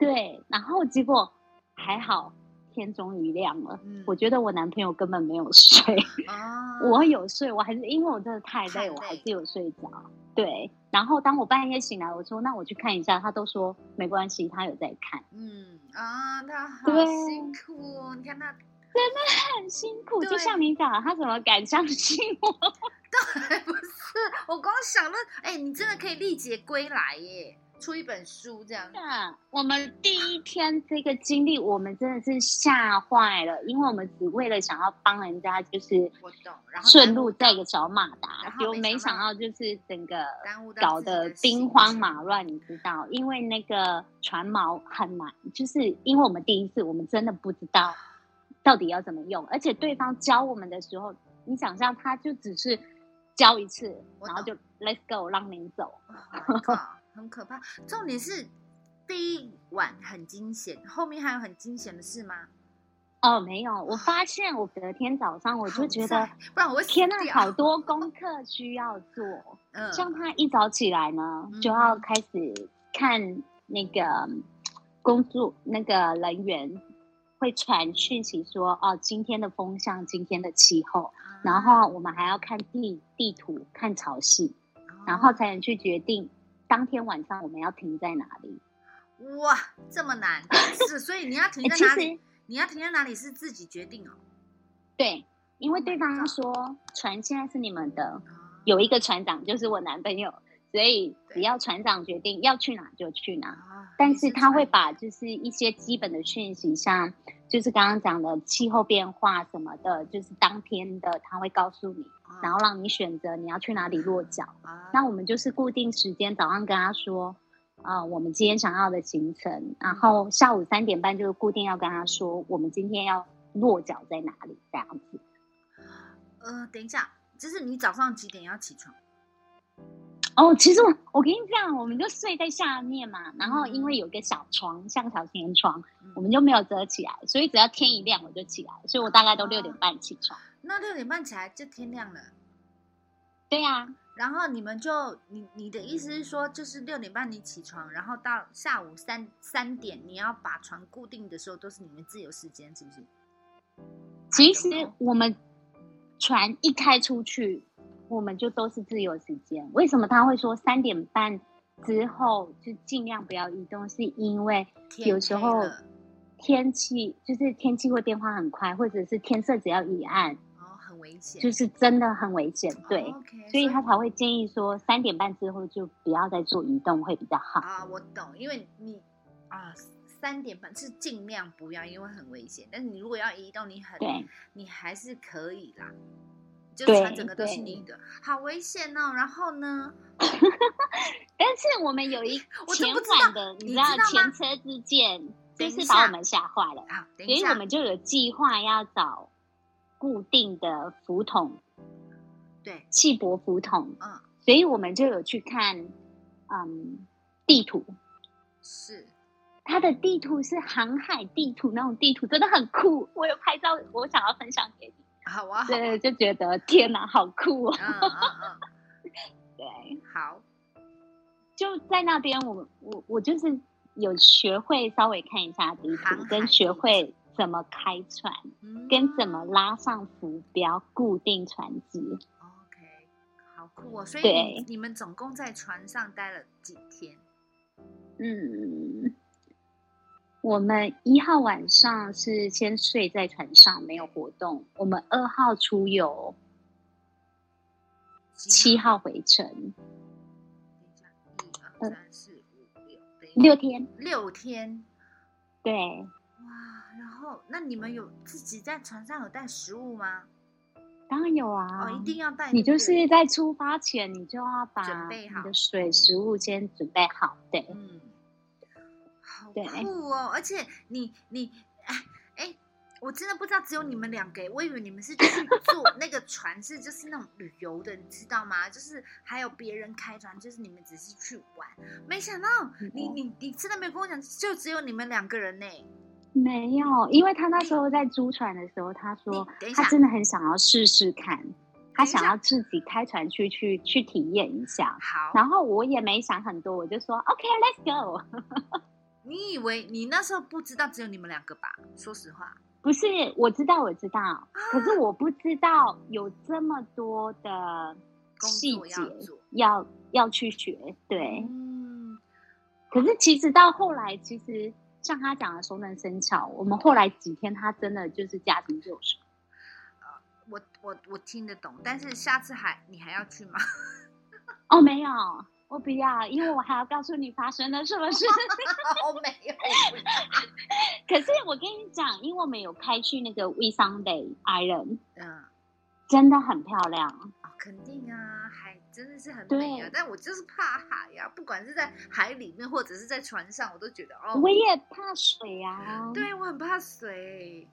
B: 对，然后结果还好，天终于亮了。
A: 嗯
B: 我觉得我男朋友根本没有睡，
A: 哦，
B: 我有睡，我还是因为我真的太
A: 太
B: 累，我还
A: 累
B: 是有睡着。对，然后当我半夜醒来，我说那我去看一下，他都说没关系，他有在看，
A: 嗯啊，他好
B: 对
A: 辛苦哦，你看他
B: 很辛苦。就
A: 对
B: 像你讲的，他怎么敢相信我？ *laughs*
A: *laughs* 不是，我光想到，哎、你真的可以历劫归来耶，出一本书这样。
B: 啊我们第一天这个经历，我们真的是吓坏了，因为我们只为了想要帮人家，就是
A: 我懂，然后
B: 顺
A: 耽
B: 路
A: 误
B: 载个小马达
A: 然，后
B: 结果
A: 没
B: 没
A: 想
B: 想
A: 到
B: 到就是整个
A: 耽误到
B: 搞
A: 自己的
B: 得
A: 行
B: 兵荒
A: 程
B: 马乱，你知道？因为那个船锚很难，就是因为我们第一次，我们真的不知道到底要怎么用，而且对
A: 嗯
B: 方教我们的时候，你想象他就只是教一次，
A: 我
B: 然后
A: 懂
B: 就 Let's go，让您走。
A: Oh my god，很可怕。重点是第一晚很惊险，后面还有很惊险的事吗？
B: 哦，没有，我发现我隔天早上我就
A: 好
B: 觉得
A: 在，不然我会死
B: 天呐，
A: 掉
B: 好多功课需要做。
A: 嗯，
B: 像他一早起来呢，
A: 嗯
B: 就要开始看那个嗯工作那个人员会传讯息说，哦，今天的风向，今天的气候，
A: 啊
B: 然后我们还要看地地图，看潮汐，
A: 嗯
B: 然后才能去决定当天晚上我们要停在哪里。
A: 哦哇，这么
B: *laughs*
A: 难，是，所以你要停
B: 诶
A: 在
B: 哎其
A: 哪里？
B: 实
A: 你要停在哪里是自己决定哦。
B: 对，因为
A: Oh my
B: 对方
A: God
B: 说船现在是你们的，
A: 啊
B: 有一个船长就是我男朋友，所以只
A: 对
B: 要船长决定要去哪就去哪。
A: 啊
B: 但
A: 你
B: 是他会
A: 船
B: 把就是一些基本的讯息，像就是刚刚讲的气候变化什么的，就是当天的他会告诉你，
A: 啊
B: 然后让你选择你要去哪里落脚。
A: 啊
B: 那我们就是固定时间早上跟他说，啊、我们今天想要的行程，然后下午三点半就是固定要跟他说，我们今天要落脚在哪里这样子。
A: 呃，等一下，就是你早上几点要起床？
B: 哦，其实我我跟你讲，我们就睡在下面嘛，然后因为有个小床，像小天窗，
A: 嗯
B: 我们就没有遮起来，所以只要天一亮我就起来，所以我大概都六点半起床。
A: 那六点半起来就天亮了，
B: 对呀、啊，
A: 然后你们就你你的意思是说，就是六点半你起床，然后到下午三三点你要把床固定的时候，都是你们自由时间，是不是？
B: 其实我们船一开出去，我们就都是自由时间。为什么他会说三点半之后就尽量不要移动？是因为
A: 天
B: 有时候
A: 黑了
B: 天气就是天气会变化很快，或者是天色只要一暗，
A: 哦很危险，
B: 就是真的很危险。对，
A: 哦，OK，
B: 所以他才会建议说三点半之后就不要再做移动会比较好。
A: 啊，我懂，因为你啊三点半是尽量不要，因为很危险。但是你如果要移动，你很
B: 对，
A: 你还是可以啦，就
B: 对
A: 船整个都是
B: 对
A: 你的，好危险哦。然后呢，
B: 但是我们有一
A: *laughs* 我真
B: 前
A: 不知道
B: 晚的，
A: 你
B: 你
A: 知
B: 知
A: 道
B: 道
A: 吗
B: 前车之鉴，
A: 等
B: 就
A: 一
B: 是
A: 下
B: 把我们吓坏了。
A: 啊，等
B: 所
A: 一
B: 以
A: 下
B: 我，们就有计划要找固定的浮筒，
A: 对，
B: 汽泊浮筒。
A: 嗯，
B: 所以我们就有去看，嗯，地图。
A: 是
B: 它的地图是航海地图，那种地图真的很酷。我有拍照，我想要分享给你。
A: 好啊，好啊，
B: 对，就觉得天哪，好酷哦！
A: 嗯嗯
B: 对，
A: 嗯，好，
B: 就在那边我，我我就是有学会稍微看一下地
A: 航海
B: 图，
A: 地
B: 跟
A: 图
B: 学会怎么开船，
A: 嗯
B: 跟怎么拉上浮标固定船只。
A: ？OK，好酷哦。所以
B: 对
A: 你你们总共在船上待了几天？
B: 嗯，我们一号晚上是先睡在船上，没有活动。我们二号出游，七号回程，
A: 等一下，一二三四五六，等一下
B: 六天。
A: 六天。
B: 对，
A: 哇，然后那你们有自己在船上有带食物吗？
B: 当然有
A: 哦，
B: 啊。
A: 一定要带。
B: 你
A: 对
B: 就
A: 不对
B: 是在出发前，你就要
A: 准
B: 把
A: 备
B: 你
A: 好
B: 的水、食物先准备好。对，
A: 嗯，好
B: 对哎
A: 酷哦！而且你你哎哎，我真的不知道只有你们两个，欸我以为你们是去坐那个船是就是那种旅游的，你知道吗？就是还有别人开船，就是你们只是去玩，没想到
B: 嗯
A: 你你你真的没有跟我讲，就只有你们两个人呢。
B: 没有，因为他那时候在租船的时候，他
A: 你
B: 说
A: 等一下
B: 啊他，真的很想要试试看，他
A: 等一下
B: 想要自己开船去去去体验一下。
A: 好，
B: 然后我也没想很多，我就说 OK，Let's、go。
A: 你以为你那时候不知道只有你们两个吧？说实话，
B: 不是，我知道，我知
A: 啊
B: 道，可是我不知道有这么多的
A: 工
B: 细
A: 作
B: 节
A: 要做，
B: 要要去学。对，
A: 嗯，
B: 可是其实到后来，其实像他讲的熟能生巧，我们后来几天他真的就是家庭救赎。
A: 我我我听得懂，但是下次还你还要去吗？
B: 哦，没有，我不要，因为我还要告诉你发生了什么事。
A: 哦，没有，我不知道
B: *laughs* 可是我跟你讲，因为我们有开去那个 We Sunday Island，
A: *laughs* 嗯，
B: 真的很漂亮。
A: 哦，肯定啊，海真的是很美啊
B: 对，
A: 但我就是怕海呀、不管是在海里面或者是在船上，我都觉得哦，
B: 我也怕水啊，
A: 对我很怕水，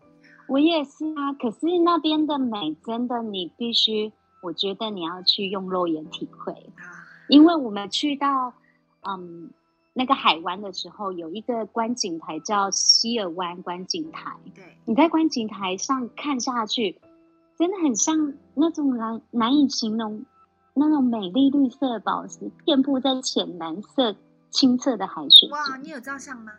B: 我也是啊。可是那边的美，真的你必须，我觉得你要去用肉眼体会。
A: 啊，
B: 因为我们去到嗯那个海湾的时候，有一个观景台叫希尔湾观景台。
A: 对，
B: 你在观景台上看下去，真的很像那种难难以形容那种美丽绿色的宝石，遍布在浅蓝色清澈的海水
A: 哇，
B: 中。
A: 你有照相吗？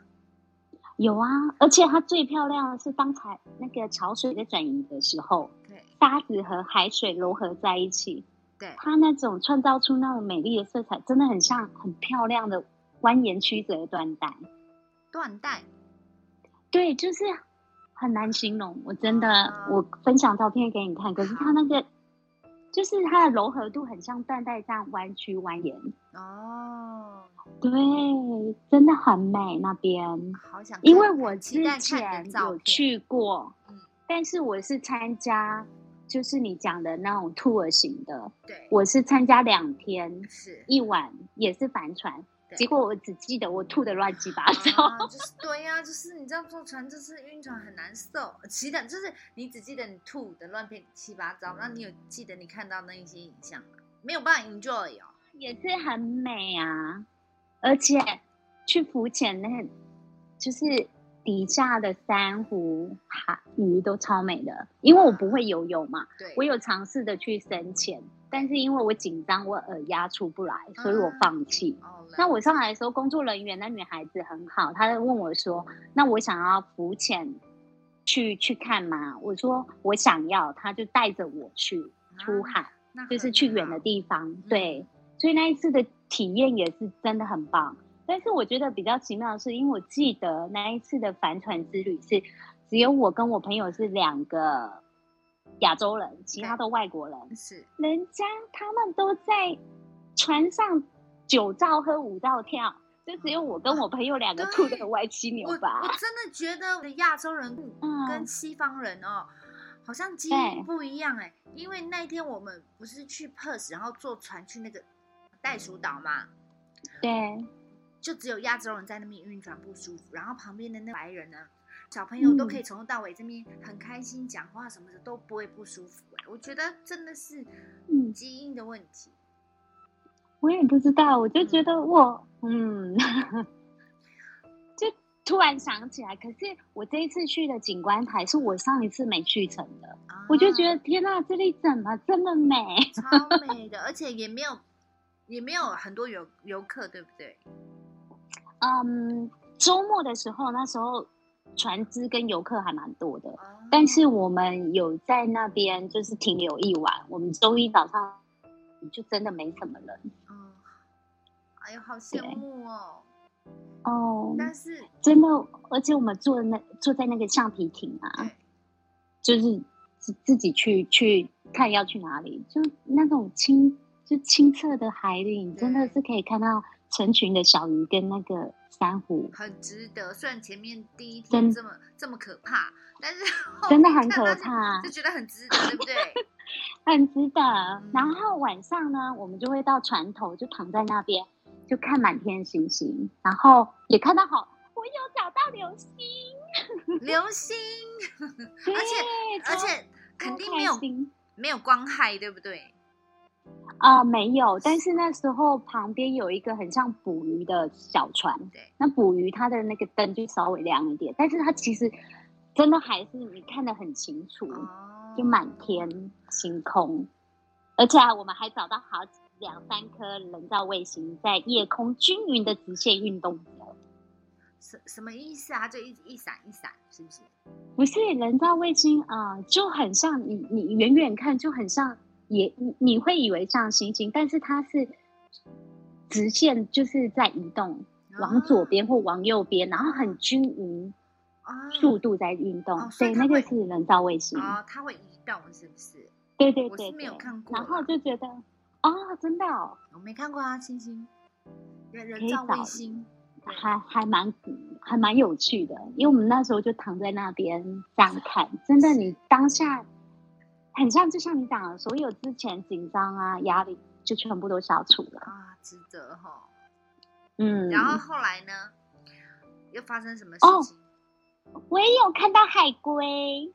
B: 有啊，而且它最漂亮的是当才那个潮水在转移的时候，
A: 对
B: 沙子和海水融合在一起，
A: 对，
B: 它那种创造出那种美丽的色彩，真的很像很漂亮的蜿蜒曲折的缎带。
A: 缎带，
B: 对，就是很难形容。我真的，
A: 啊
B: 我分享照片给你看，可是它那个就是它的柔和度很像缎带这样弯曲蜿蜒。
A: 哦，
B: 对，真的很美那边。
A: 好想看，
B: 因为我
A: 很
B: 之
A: 期待看
B: 前
A: 你的照
B: 有
A: 片，
B: 去过，
A: 嗯
B: 但是我是参加就是你讲的那种 tour 型的，
A: 对，
B: 我是参加两天，
A: 是，
B: 一晚也是帆船，
A: 对
B: 结果我只记得我吐的乱七八糟。
A: 啊，就是对呀、就是你知道坐船就是晕船很难受，其他就是你只记得你吐的乱七八糟，那你
B: 嗯
A: 有记得你看到那一些影像吗？没有办法 enjoy 哦。
B: 也是很美啊，而且去浮潜那个就是底下的珊瑚、海鱼都超美的。因为我不会游泳嘛，
A: 对，
B: 我有尝试的去深潜，但是因为我紧张，我耳压出不来，所以我放弃。
A: 哦，
B: 那我上来的时候，工作人员那女孩子很好，她问我说：“那我想要浮潜去去看吗？”我说：“我想要。”她就带着我去出海。
A: 那
B: 就是
A: 很
B: 去远
A: 好
B: 的地
A: 嗯
B: 方，对，所以那一次的体验也是真的很棒。但是我觉得比较奇妙的是，因为我记得那一次的帆船之旅是只有我跟我朋友是两个亚洲人，其他都外国人，
A: 是
B: 人家他们都在船上酒照喝舞照跳，就只有我跟我朋友两个
A: 对
B: 吐的歪七
A: 我
B: 扭
A: 我
B: 八。
A: 真的觉得我的亚洲人跟
B: 嗯，
A: 西方人哦，好像基
B: 对
A: 因不一样哎、因为那一天我们不是去 Perth，然后坐船去那个袋鼠岛嘛，
B: 对，
A: 就只有亚洲人在那边晕船不舒服，然后旁边的那白人呢，小朋友都
B: 嗯
A: 可以从头到尾这边很开心讲话什么的都不会不舒服哎、我觉得真的是
B: 嗯
A: 基因的问题。
B: 我也不知道，我就觉得我嗯， *laughs* 就突然想起来。可是我这一次去的景观台是我上一次没去成的，我就觉
A: 啊
B: 得天呐，这里怎么这么美？
A: 超美的，而且也没有也没有很多游游客，对不对？
B: 嗯，周末的时候，那时候船只跟游客还蛮多的，
A: 哦
B: 但是我们有在那边就是停留一晚，我们周一早上就真的没什么人
A: 嗯，哎呦，好羡
B: 对
A: 慕哦！
B: 哦，
A: 但是
B: 真的，而且我们坐那坐在那个橡皮艇啊。
A: 对，
B: 就是自自己去去看要去哪里，就那种清就清澈的海里，你真的是可以看到成群的小鱼跟那个珊瑚，
A: 很值得。虽然前面第一天
B: 真
A: 这么这么可怕，但是 *laughs* 后
B: 真的
A: 面
B: 很
A: 看
B: 可
A: 到就，
B: 怕，
A: 就觉得很值得，对不对？
B: *laughs* 很值得。
A: 嗯
B: 然后晚上呢，我们就会到船头，就躺在那边就看满天星星，然后也看到好。我有找到流星，
A: 流星，
B: 对
A: 而
B: 超
A: 且肯
B: 超
A: 定
B: 哦开
A: 没有
B: 心
A: 没有光害，对不对？
B: 啊、没有，但是那时候旁边有一个很像捕鱼的小船，
A: 对，
B: 那捕鱼它的那个灯就稍微亮一点，但是它其实真的还是你看得很清楚，
A: 哦，
B: 嗯就满天星空，而且啊，我们还找到好几两三颗人造卫星在夜空均匀的直线运动着。
A: 什什么意思啊？就一一闪一闪，是不是？
B: 不是人造卫星啊、呃就很像你你远远看就很像也你你会以为像星星，但是它是直线，就是在移动，往左边或往右边，然后很均匀
A: 啊，
B: 速度在运动，
A: 哦所以
B: 对，
A: 它
B: 那个
A: 会
B: 是人造卫星，
A: 啊，哦它会移动，是不是？
B: 对对
A: 我
B: 对
A: 是没
B: 对。
A: 有看过
B: 然后
A: 啦
B: 就觉得啊、真的、哦、
A: 我没看过啊，星星，人人
B: 可以
A: 造
B: 找
A: 卫星，对
B: 还还蛮还蛮有趣的，因为我们那时候就躺在那边这样看，真的你当下很像，就像你讲的，所有之前紧张啊压力就全部都消除了，
A: 啊，值得哈。
B: 嗯，
A: 然后后来呢，又发生什么
B: 哦
A: 事情？
B: 我也有看到海龟，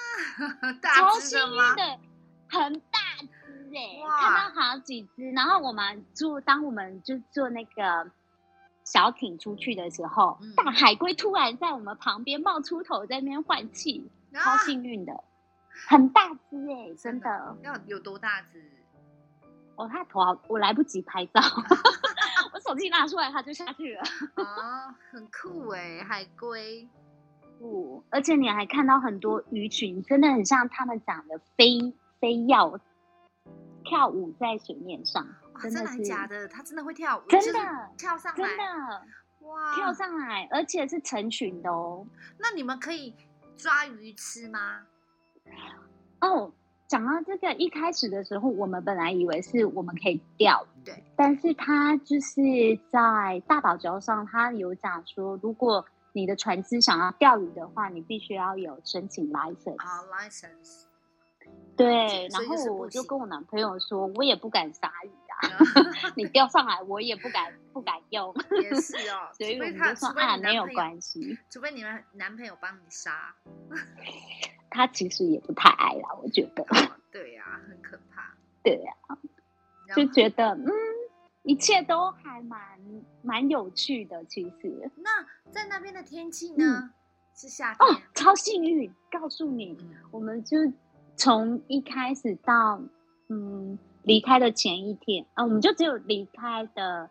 A: *laughs* 大
B: 超
A: 只
B: 幸
A: 的
B: 运
A: 吗？啊
B: 的，很大只哎、
A: 哇
B: 看到好几只。然后我们坐，当我们就坐那个小艇出去的时候，
A: 嗯
B: 大海龟突然在我们旁边冒出头，在那边换气，超
A: 啊
B: 幸运的，很大只哎、真
A: 真的
B: 的。
A: 要有多大只？
B: 哦，它头好，我来不及拍照， *laughs* 我手机拿出来它就下去了。
A: 哦，很酷哎，海龟。哦
B: 不，而且你还看到很多鱼群，真的很像他们讲的飞飞跃跳舞在水面上，
A: 哇，
B: 真的
A: 真的还
B: 是
A: 假的？它真的会跳舞，
B: 真
A: 就是
B: 的
A: 跳上
B: 真
A: 来，啊
B: 的
A: 哇！
B: 跳上来，而且是成群的哦。
A: 那你们可以抓鱼吃吗？
B: 哦，讲到这个，一开始的时候，我们本来以为是我们可以钓，
A: 对，
B: 但是他就是在大堡礁上，他有讲说，如果你的船只想要钓鱼的话，你必须要有申请 license。
A: 啊，license，
B: *laughs* 对，
A: 啊所
B: 然
A: 以就是
B: 后
A: 不
B: 我就
A: 行
B: 跟我男朋友说，我也不敢杀鱼啊，
A: *laughs*
B: 你丢上来我也不敢不敢用， *laughs*
A: 也是哦。
B: 所以
A: 除
B: 我
A: 非
B: 们
A: 他
B: 就说
A: 除非你男
B: 啊没有
A: 朋友
B: 关系。
A: 除非你们男朋友帮你杀，
B: 他其实也不太爱啦，我觉得， *laughs*
A: 哦对呀、很可怕。
B: 对啊，
A: 然
B: 就
A: 后
B: 觉得嗯，一切都还蛮蛮有趣的，其实
A: 那在那边的天气呢？是夏
B: 哦
A: 天。，
B: 超幸运，告诉你，
A: 嗯
B: 我们就从一开始到嗯离开的前一天啊，我们就只有离开的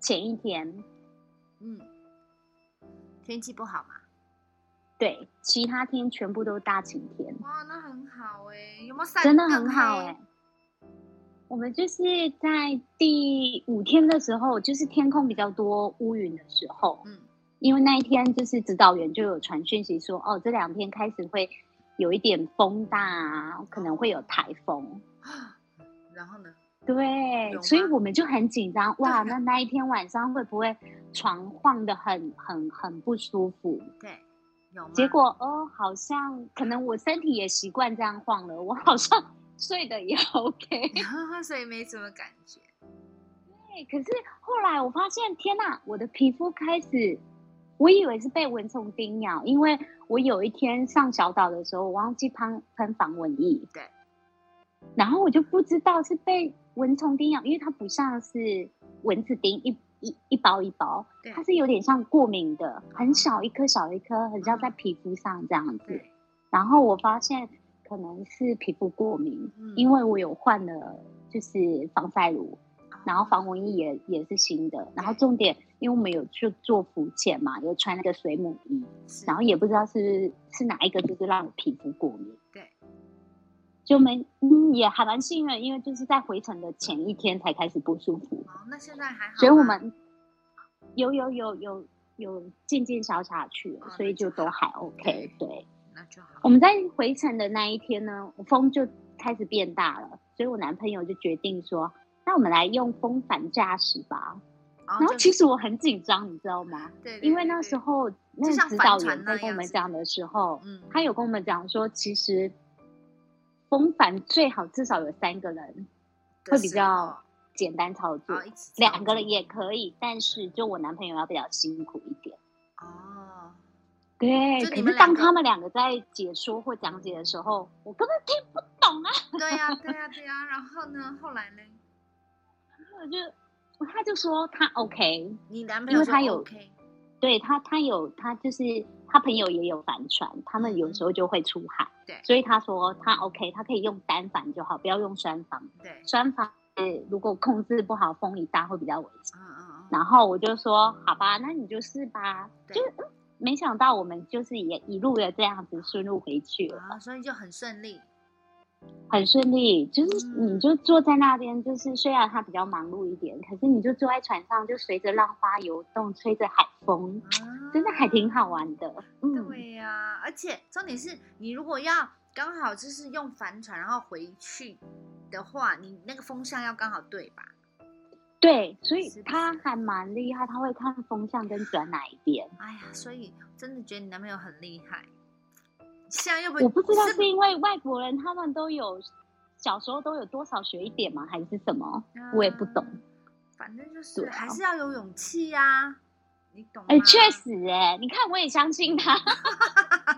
B: 前一天，
A: 嗯，天气不好嘛？
B: 对，其他天全部都大晴天，
A: 哇，那很好哎、有没有晒？
B: 真的很好
A: 欸
B: 哎、我们就是在第五天的时候，就是天空比较多乌云的时候，
A: 嗯 *gasps*
B: 因为那一天就是指导员就有传讯息说，哦，这两天开始会有一点风大啊，可能会有台风。
A: 然后呢？有
B: 对，所以
A: 吗
B: 我们就很紧张，哇，
A: 对
B: 那那一天晚上会不会床晃得很很很不舒服？
A: 对，有吗？
B: 结果哦，好像可能我身体也习惯这样晃了，我好像 *laughs* 睡得也 OK。
A: *laughs* 所以没什么感觉。
B: 对，可是后来我发现，天呐，我的皮肤开始，我以为是被蚊虫叮咬，因为我有一天上小岛的时候，我忘记喷喷防蚊液，
A: 对，
B: 然后我就不知道是被蚊虫叮咬，因为它不像是蚊子叮一一一包一包，
A: 对
B: 它是有点像过敏的，很小一颗小一颗，很像在
A: 嗯
B: 皮肤上这样子。
A: 对，
B: 然后我发现可能是皮肤过敏，
A: 嗯
B: 因为我有换了就是防晒乳。然后防
A: 哦
B: 蚊衣也也是新的，然后重点，因为我们有去做浮潜嘛，有穿那个水母衣，
A: 是
B: 然后也不知道是是哪一个，就是让我皮肤过敏。
A: 对，
B: 就没嗯也还蛮幸运的，因为就是在回程的前一天才开始不舒服，
A: 哦，那现在还好吗。
B: 所以我们有有有有有渐渐小小去了
A: 哦，
B: 所以
A: 那就
B: 就都还
A: 好
B: OK。
A: 对
B: 对，
A: 那就好。
B: 我们在回程的那一天呢，风就开始变大了，所以我男朋友就决定说，那我们来用风帆驾驶吧。
A: 然
B: 然后其实我很紧张，你知道吗？
A: 对，哦对
B: 因为
A: 对
B: 那
A: 对
B: 时候那
A: 就像
B: 个指
A: 帆
B: 导
A: 船
B: 员在
A: 那
B: 跟我
A: 样
B: 们
A: 子
B: 讲的时候，
A: 嗯，
B: 他有跟我们讲说，其实风帆最好至少有三个人
A: 的
B: 会比
A: 时
B: 较
A: 候
B: 简单操作，
A: 哦一起
B: 两个人
A: 也
B: 也可以，但是就我男朋友要比较辛苦一点。
A: 哦，
B: 对，
A: 就
B: 可
A: 你们
B: 是当
A: 两个
B: 他们两个在解说或讲解的时候，我根本听不懂啊！
A: 对呀对呀对呀。然后呢，后来呢，
B: 我就他就说他 OK，
A: 你男朋
B: 因
A: 友
B: 为
A: 说
B: 他有
A: OK，
B: 对他，他有他就是他朋友也有帆船，他们有时候就会出海，
A: 嗯对
B: 所以他说他 OK，他可以用单帆就好，不要用双帆。
A: 对，
B: 双帆呃如果控制不好，风一大会比较危险。
A: 嗯嗯嗯，
B: 然后我就说好吧，那你就试吧。
A: 对
B: 就嗯没想到我们就是也一路的这样子顺路回去了，
A: 啊，所以就很顺利，
B: 很顺利。就是
A: 嗯
B: 你就坐在那边，就是虽然他比较忙碌一点，可是你就坐在船上，就随着浪花游动，吹着海风， *laughs* 真的还挺好玩的。嗯，
A: 对呀、而且重点是你如果要刚好就是用帆船然后回去的话，你那个风向要刚好对吧？
B: 对，所以
A: 是不
B: 他
A: 是
B: 还蛮厉害，他会看风向跟转哪一边。
A: 哎呀，所以真的觉得你男朋友很厉害。现在又不
B: 我不知道
A: 是
B: 是因为外国人他们都有小时候都有多少学一点吗，还是什么？我也不懂
A: 嗯反正就是、
B: 对啊
A: 还是要有勇气呀、你懂吗？
B: 哎、确实哎、你看我也相信他， *laughs*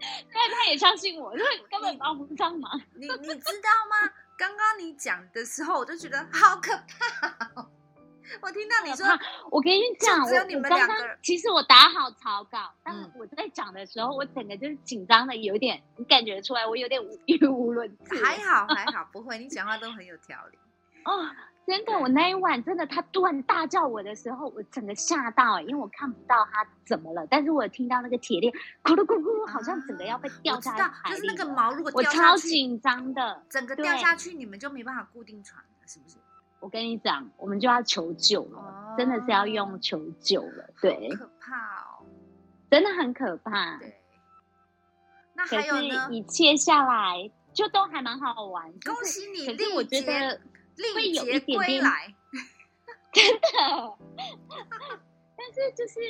B: 但他也相信我，就是根本帮不上忙。
A: 你你知道吗？ *laughs* 刚刚你讲的时候，我就觉得好可怕、哦。 *laughs* 我听到你说
B: 可嗯怕我跟你讲，
A: 就
B: 我
A: 只有你
B: 我
A: 们
B: 刚
A: 两
B: 刚
A: 个人
B: 其实我打好草稿，但
A: 嗯
B: 我在讲的时候，我整个就是紧张的，有点你感觉出来，我有点无 *laughs* 语无伦次。
A: 还好还好，不会，你讲话都很有条理。
B: 哦，真的，
A: 对
B: 我那一晚真的，他突然大叫我的时候，我整个吓到、欸，因为我看不到他怎么了，但是我有听到那个铁链咕噜咕噜咕噜，好像整个要被 *laughs* 掉
A: 啊我知
B: 下
A: 道，
B: 海
A: 就是那
B: 里
A: 个
B: 了
A: 毛如果
B: 我
A: 掉下
B: 超
A: 去，
B: 紧张的。
A: 整个
B: 对
A: 掉下去，你们就没办法固定船了，是不是？
B: 我跟你讲，我们就要求救了，
A: 哦
B: 真的是要用求救了，对
A: 好，可怕哦。
B: 真的很可怕。
A: 对，那
B: 可
A: 还有呢
B: 是？一切下来就都还蛮好玩，就
A: 恭
B: 是
A: 喜你
B: 可是我
A: 历
B: 觉
A: 劫
B: *laughs* 得会
A: 历
B: 有
A: 劫
B: 一点
A: 归
B: 点
A: 来，
B: 但是就是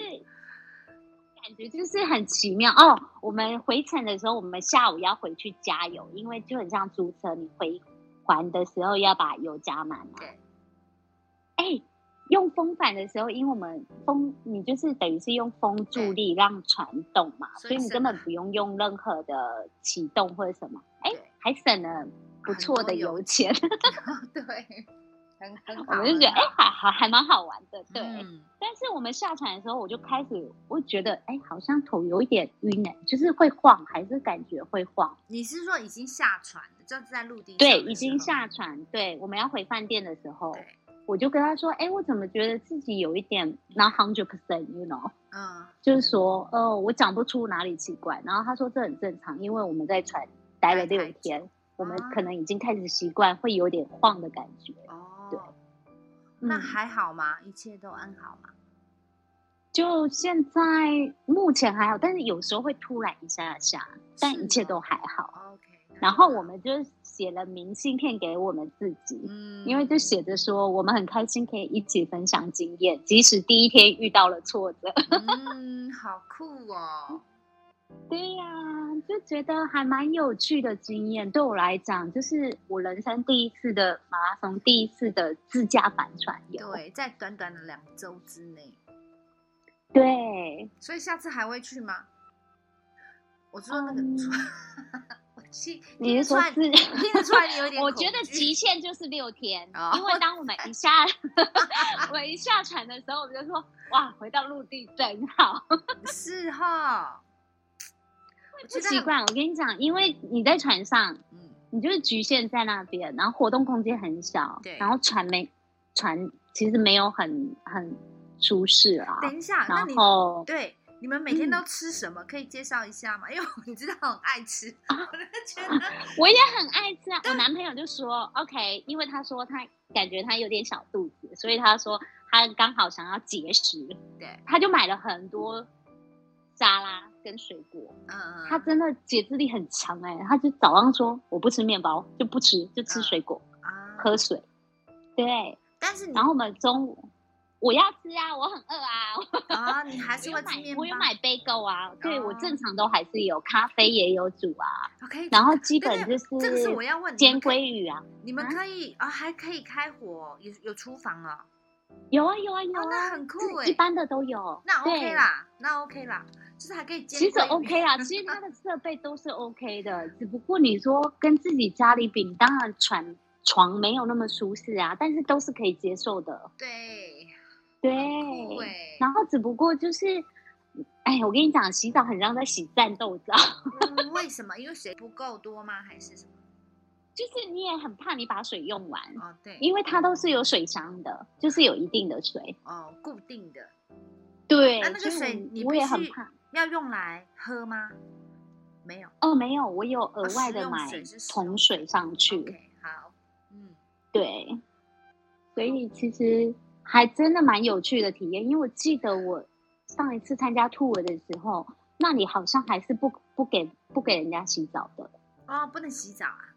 B: 感觉就是很奇妙哦。我们回程的时候，我们下午要回去加油，因为就很像租车，你回还的时候要把油加满啊。
A: 对，
B: 哎、用风帆的时候，因为我们风，你就是等于是用风助力让船动嘛，
A: 所
B: 所
A: 以
B: 以你
A: 省
B: 根本
A: 了
B: 不用用任何的启动或者什么，哎、
A: 对
B: 还省了不
A: 很
B: 错
A: 多
B: 的
A: 油
B: 油钱， *laughs*
A: *laughs* 对，很很
B: 我
A: 好。
B: 们就觉得哎、还还还蛮好玩的，对。
A: 嗯
B: 但是我们下船的时候，我就开始我觉得哎、好像头有一点晕哎、就是会晃，还是感觉会晃。
A: 你是说已经下船了，就是在陆地上
B: 对，
A: 的
B: 已
A: 时
B: 经
A: 候
B: 下船，对，我们要回饭店的时候，
A: 对，
B: 我就跟他说，哎、我怎么觉得自己有一点 not hundred percent，you know。
A: 嗯，
B: 就是说，呃，我讲不出哪里奇怪。然后他说这很正常，因为我们在船待了六天，我们
A: 啊
B: 可能已经开始习惯会有点晃的感觉。
A: 哦，
B: 对
A: 那
B: 嗯
A: 还好吗？一切都安好吗？
B: 就现在目前还好，但是有时候会突然一下下，但
A: 是
B: 一切
A: 哦
B: 都还好。
A: OK，那
B: 然
A: 就
B: 后
A: 好
B: 我们就写了明信片给我们自己，
A: 嗯，
B: 因为就写着说我们很开心可以一起分享经验，即使第一天遇到了挫折。 *laughs*
A: 嗯，好酷哦，
B: 对呀、就觉得还蛮有趣的经验。对我来讲，就是我人生第一次的马拉松，第一次的自驾帆船游。
A: 对，在短短的两周之内，
B: 对，
A: 所以下次还会去吗？我是说那个
B: 嗯
A: 船， *laughs* 我听
B: 你
A: 听得
B: 是
A: 出
B: 说
A: 来，
B: 是？
A: 听得出来你有点
B: 我
A: 恐
B: 觉得
A: 惧
B: 极限就是六天，
A: 哦
B: 因为当我们一
A: *laughs*
B: 下我们一下船的时候，我们就说哇，回到陆地真好。
A: 是哈，我
B: 不
A: 觉得
B: 习
A: 很，
B: 惯，我跟你讲，因为你在船上，
A: 嗯，
B: 你就是局限在那边，然后活动空间很小，
A: 对
B: 然后船没船其实没有很很舒适啊。
A: 等一下，那
B: 然
A: 你 *laughs*
B: 后
A: 对你们每天
B: 嗯
A: 都吃什么？可以介绍一下吗？因为我你知道我很爱吃，我
B: 啊
A: 就觉得
B: 我也很爱吃啊。我男朋友就说 OK，因为他说他感觉他有点小肚子，所以他说他刚好想要节食，
A: 对，
B: 他就买了很多沙拉跟水果。
A: 嗯，
B: 他真的节制力很强哎、他就早上说我不吃面包，就不吃，就吃
A: 嗯
B: 水果、
A: 啊，
B: 喝水。对，
A: 但是你
B: 然后我们中午我要吃啊，我很饿啊，
A: 啊，你还
B: 我
A: 是
B: 有
A: 会
B: 买
A: 吃面包
B: 我有买 bagel 啊，对我
A: 哦
B: 正常都还是有咖啡也有煮啊，
A: ，OK，
B: 然后基
A: 哦对
B: 本就
A: 对
B: 是
A: 这个是我要问你
B: 煎
A: 们可以
B: 鲑鱼啊，
A: 你们
B: 啊
A: 可以啊，还可以开火，有有厨房哦，
B: 有啊有啊有
A: 哦，那
B: 啊，
A: 很酷
B: 是
A: 哎
B: 一，般的都有，
A: 那 OK
B: 对。
A: 啦，那 OK 啦，就是还可以煎
B: 其实
A: 鲑鱼 *laughs*
B: OK 啦，其实它的设备都是 OK 的，只不过你说跟自己家里比，当然床床没有那么舒适啊，但是都是可以接受的。
A: 对，
B: 对，
A: 很酷哎，
B: 然后只不过就是，哎，我跟你讲，洗澡很像在洗战斗澡， *laughs*
A: 嗯为什么？因为水不够多吗？还是什么？
B: 就是你也很怕你把水用完，
A: 哦，对，
B: 嗯因为它都是有水箱的，就是有一定的水。
A: 哦，固定的
B: 对，
A: 啊那那个
B: 所以
A: 水
B: 我
A: 你
B: 我
A: 必
B: 也很
A: 须
B: 怕。
A: 要用来喝吗？没有。
B: 哦，没有，我有额
A: 食
B: 外的
A: 啊用
B: 买
A: 水是食用
B: 桶水上去。
A: OK，好，嗯，
B: 对，所以其实还真的蛮有趣的体验。因为我记得我上一次参加 tour 的时候，那里好像还是不不给不给人家洗澡的。
A: 哦，不能洗澡啊。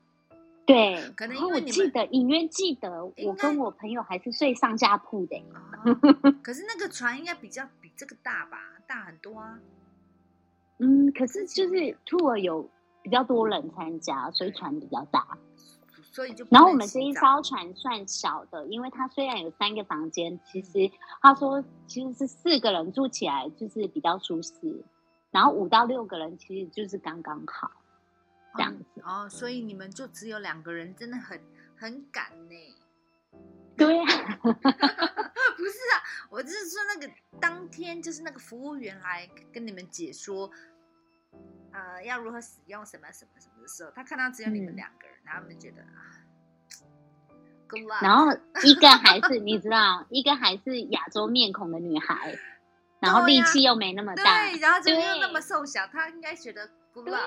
B: 对，
A: 可能
B: 然后
A: 因为
B: 我
A: 你
B: 记
A: 们
B: 得隐约记得，
A: 应
B: 我
A: 该
B: 跟我朋友还是睡上下铺的欸、 *laughs*
A: 哦可是那个船应该比较比这个大吧，大很多啊。
B: 嗯，可是就是 tour 有比较多人参加，所以船比较大。
A: 所以就不
B: 然后我
A: 能
B: 们
A: 洗
B: 这一
A: 澡
B: 艘船算小的，因为它虽然有三个房间，其实
A: 嗯
B: 他说其实是四个人住起来就是比较舒适，然后五到六个人其实就是刚刚好这样子。
A: 哦，所以你们就只有两个人，真的很很赶呢。 *laughs*
B: 对啊，
A: 不是啊，我就是说那个当天就是那个服务员来跟你们解说，呃，要如何使用什么什么什么的时候，他看到只有你们
B: 嗯
A: 两个人，然后他们觉得啊，good luck，
B: 然后一个还是你知道，一个还是亚洲面孔的女孩，然后
A: 对
B: 力
A: 呀
B: 气又没那么大，
A: 对，然后就又那
B: 对
A: 么瘦小，他应该觉得 good luck，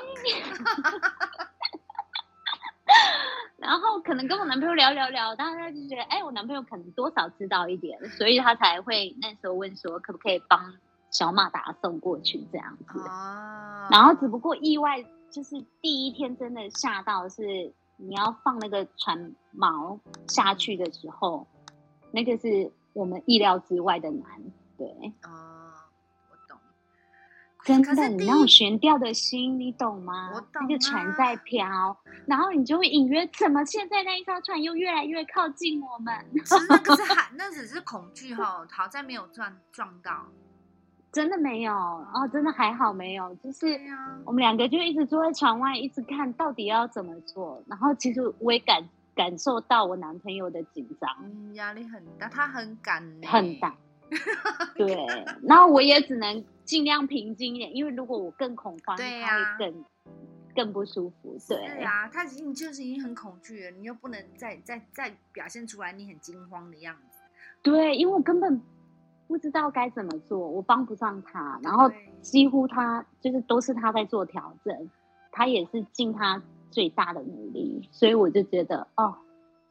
B: 然后可能跟我男朋友聊聊聊，大家就觉得，哎，我男朋友可能多少知道一点，所以他才会那时候问说，可不可以帮小马达送过去这样子。
A: 哦，
B: 然后只不过意外，就是第一天真的吓到是，你要放那个船锚下去的时候，那个是我们意料之外的难。对，
A: 哦，我懂，
B: 真
A: 可
B: 的，
A: 是第
B: 你那
A: 一
B: 种悬吊的心，你懂吗？
A: 我
B: 那个
A: 懂
B: 船
A: 啊
B: 在飘，然后你就会隐约，怎么现在那一艘船又越来越靠近我们？ *laughs*
A: 只是那个是喊，那只是恐惧哈，好在没有撞撞到。
B: 真的没有哦，真的还好没有，就是
A: 对呀、
B: 我们两个就一直坐在船外，一直看到底要怎么做。然后其实我也感感受到我男朋友的紧张
A: 嗯，压力很大，他很赶呢，
B: 很
A: *laughs*
B: 大，对，然后我也只能尽量平静一点，因为如果我更恐慌，
A: 对
B: 他
A: 呀
B: 会更更不舒服。对，
A: 是啊，他已经就是已经很恐惧了，你又不能再再再表现出来你很惊慌的样子。
B: 对，因为我根本不知道该怎么做，我帮不上他，然后
A: 对 *laughs*
B: 几乎他就是都是他在做调整，他也是尽他最大的努力，所以我就觉得哦，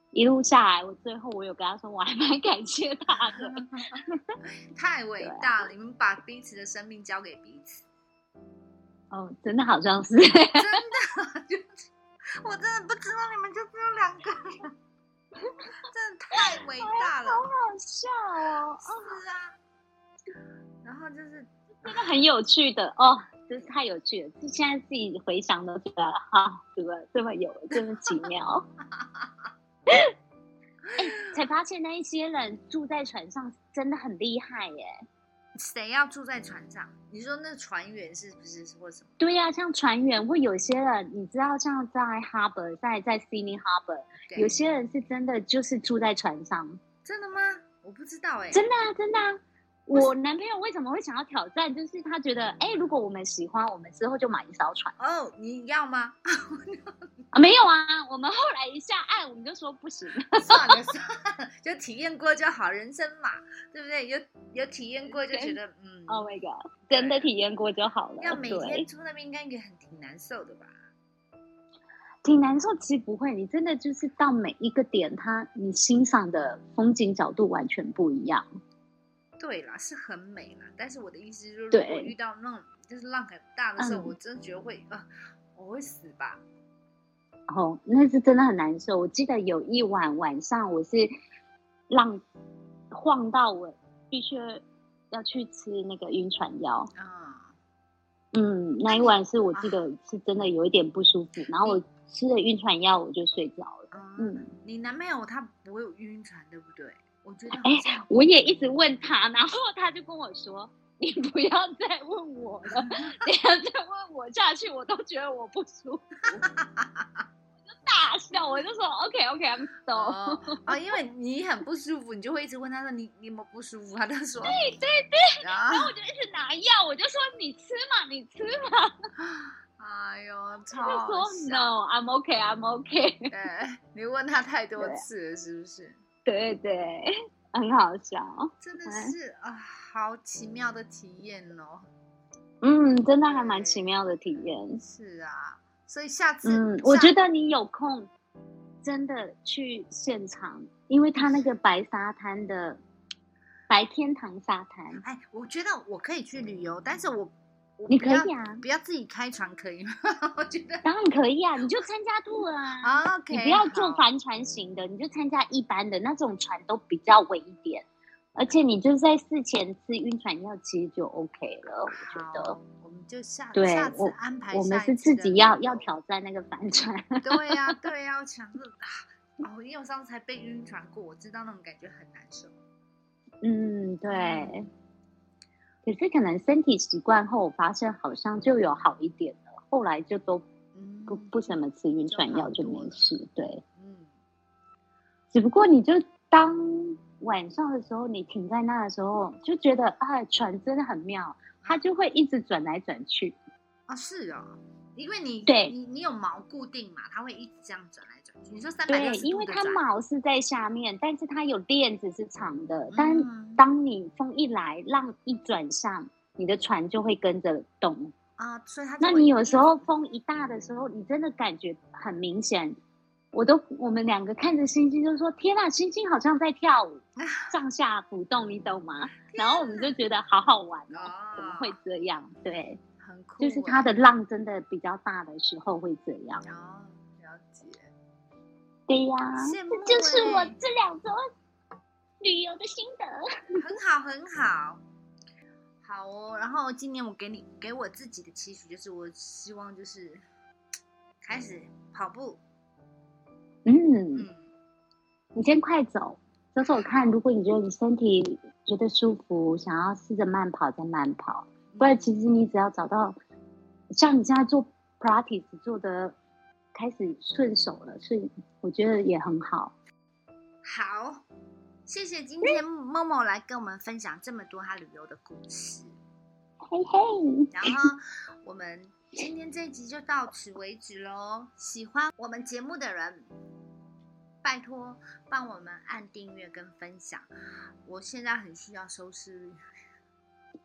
B: 一路下来，我最后我有跟他说，我还蛮感谢他的，
A: 太伟
B: 对啊
A: 大了，你们把彼此的生命交给彼此，
B: *laughs* 哦，真 *laughs* 的好像是，
A: 真的，就是 *laughs* 我真的不知道你们就只有两个人，真的太伟大了，
B: 好笑哦，
A: 是啊。然后就是
B: 那个很有趣的哦。真是太有趣了！就现在自己回想都觉得啊，怎么这么有，这么奇 *laughs* 妙？哎才发现那一些人住在船上真的很厉害耶！
A: 谁要住在船上？你说那船员是不是或什么？
B: 对呀、像船员或有些人，你知道，像在 harbor，在在 Sydney harbor，
A: 对
B: 有些人是真的就是住在船上，
A: 真的吗？我不知道哎、
B: 真的啊，真的啊。我男朋友为什么会想要挑战？就是他觉得，哎、如果我们喜欢，我们之后就买一艘船
A: 哦你要吗？
B: 啊。没有啊，我们后来一下岸，我们就说不行。
A: 算了算了，就体验过就好，人生嘛，对不对？有有体验过就觉得嗯，
B: Oh my god！真 *laughs* 的体验过就好了。
A: 要每
B: 对
A: 天，住那边应该也很挺难受的吧？
B: 挺难受，其实不会，你真的就是到每一个点，它你欣赏的风景角度完全不一样。
A: 对啦，是很美啦，但是我的意思就是，如
B: 对
A: 果遇到那种就是浪很大的时候，
B: 嗯
A: 我真的觉得会啊、我会死吧？
B: 哦，那是真的很难受。我记得有一晚晚上，我是让晃到我必须要去吃那个晕船药。
A: 啊、
B: 嗯，那一晚是我记得是真的有一点不舒服，然后我吃了晕船药，我就睡着了。
A: 啊
B: 嗯，
A: 你男朋友他不会晕船，对不对？我觉得好
B: 哎
A: 像
B: 我也一直问他，然后他就跟我说：“你不要再问我了，等一下再问我下去，我都觉得我不舒服。”我就大笑，我就说：“OK OK，I'm、走。
A: *laughs* 哦哦，因为你很不舒服，你就会一直问他说你你有没有不舒服，他就说啊
B: 对对对，
A: 然后
B: 然后我就一直拿药，我就说：“你吃嘛，你吃嘛。
A: 哎呦，”超
B: 他就
A: 好
B: 说
A: 笑。
B: ：“No，I'm OK，I'm OK。
A: 对，你问他太多
B: 对啊
A: 次了，是不是？”
B: *laughs* 对对， *laughs* 很好笑。
A: 真的
B: 哎
A: 是啊，好奇妙的体验哦。
B: 嗯，真的还蛮奇妙的体验。
A: 是啊，所以下次，
B: 嗯，我觉
A: 得
B: 得你有空真的去现场，因为它那个白沙滩的白天堂沙滩，
A: 哎，我觉得我可以去旅游，但是我我
B: 你
A: 不
B: 可
A: 要
B: 以啊
A: 不要自己开船可以吗？ *laughs* 我觉得
B: 当然可以啊，你就参加 tour 啊。
A: OK，
B: 你不要做
A: 好
B: 帆船型的，你就参加一般的那种船都比较稳一点，而且你就是在事前吃晕船药，其实就 OK 了。我觉得
A: 好，我们就下
B: 对
A: 下次
B: 我
A: 安排
B: 我们
A: 下一
B: 是
A: 次
B: 自
A: 的
B: 己
A: 旅
B: 要
A: 游
B: 要挑战那个帆船， *laughs*
A: 对呀、对呀、我想说啊，哦，因为我上次才被晕船过，我知道那种感觉很难受。
B: 嗯，对。可是可能身体习惯后，我发现好像就有好一点了，后来就都
A: 嗯，
B: 不不怎么吃晕
A: 就
B: 船
A: 好
B: 药就
A: 多
B: 没
A: 了
B: 事。对，
A: 嗯，
B: 只不过你就当晚上的时候，你停在那的时候，就觉得啊，船真的很妙，它就会一直转来转去。
A: 啊是哦，因为你
B: 对
A: 你你有毛固定嘛，它会一直这样转来转去。你说三百
B: 对
A: 六，十
B: 因
A: 度
B: 为
A: 的
B: 它
A: 转，
B: 毛是在下面，但是它有链子是长的，但
A: 嗯
B: 当你风一来，浪一转向，你的船就会跟着动。
A: 啊，所以它就
B: 那
A: 会
B: 你有
A: 一
B: 时候
A: 直
B: 风一大的时候，你真的感觉很明显。我都我们两个看着星星，就说：“天啊，星星好像在跳舞，
A: 啊
B: 上下浮动，你懂吗？”然后我们就觉得好好玩哦，怎么会
A: 啊
B: 这样？对，
A: 很酷欸，
B: 就是它的浪真的比较大的时候会这样。
A: 哦，了解，
B: 对呀、
A: 羡慕
B: 这就是我
A: 欸
B: 这
A: *laughs*
B: 两周旅游的心得。
A: 很好很好。好哦，然后今年我给你给我自己的期许就是，我希望就是开始跑步，
B: 嗯，
A: 嗯，
B: 你先快走，走走看。如果你觉得你身体觉得舒服，想要试着慢跑，再慢跑。不
A: 嗯
B: 然，其实你只要找到，像你现在做 Pilates 做的开始顺手了，顺我觉得也很好。
A: 好，谢谢今天默默来跟我们分享这么多她旅游的故事。
B: 嘿嘿，
A: 然后我们今天这一集就到此为止喽。喜欢我们节目的人，拜托帮我们按订阅跟分享。我现在很需要收视率，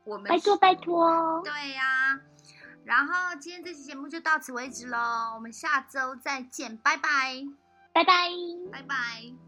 A: 我们
B: 拜托拜托，
A: 对呀、然后今天这期节目就到此为止喽，我们下周再见，拜拜，
B: 拜拜。
A: 拜拜。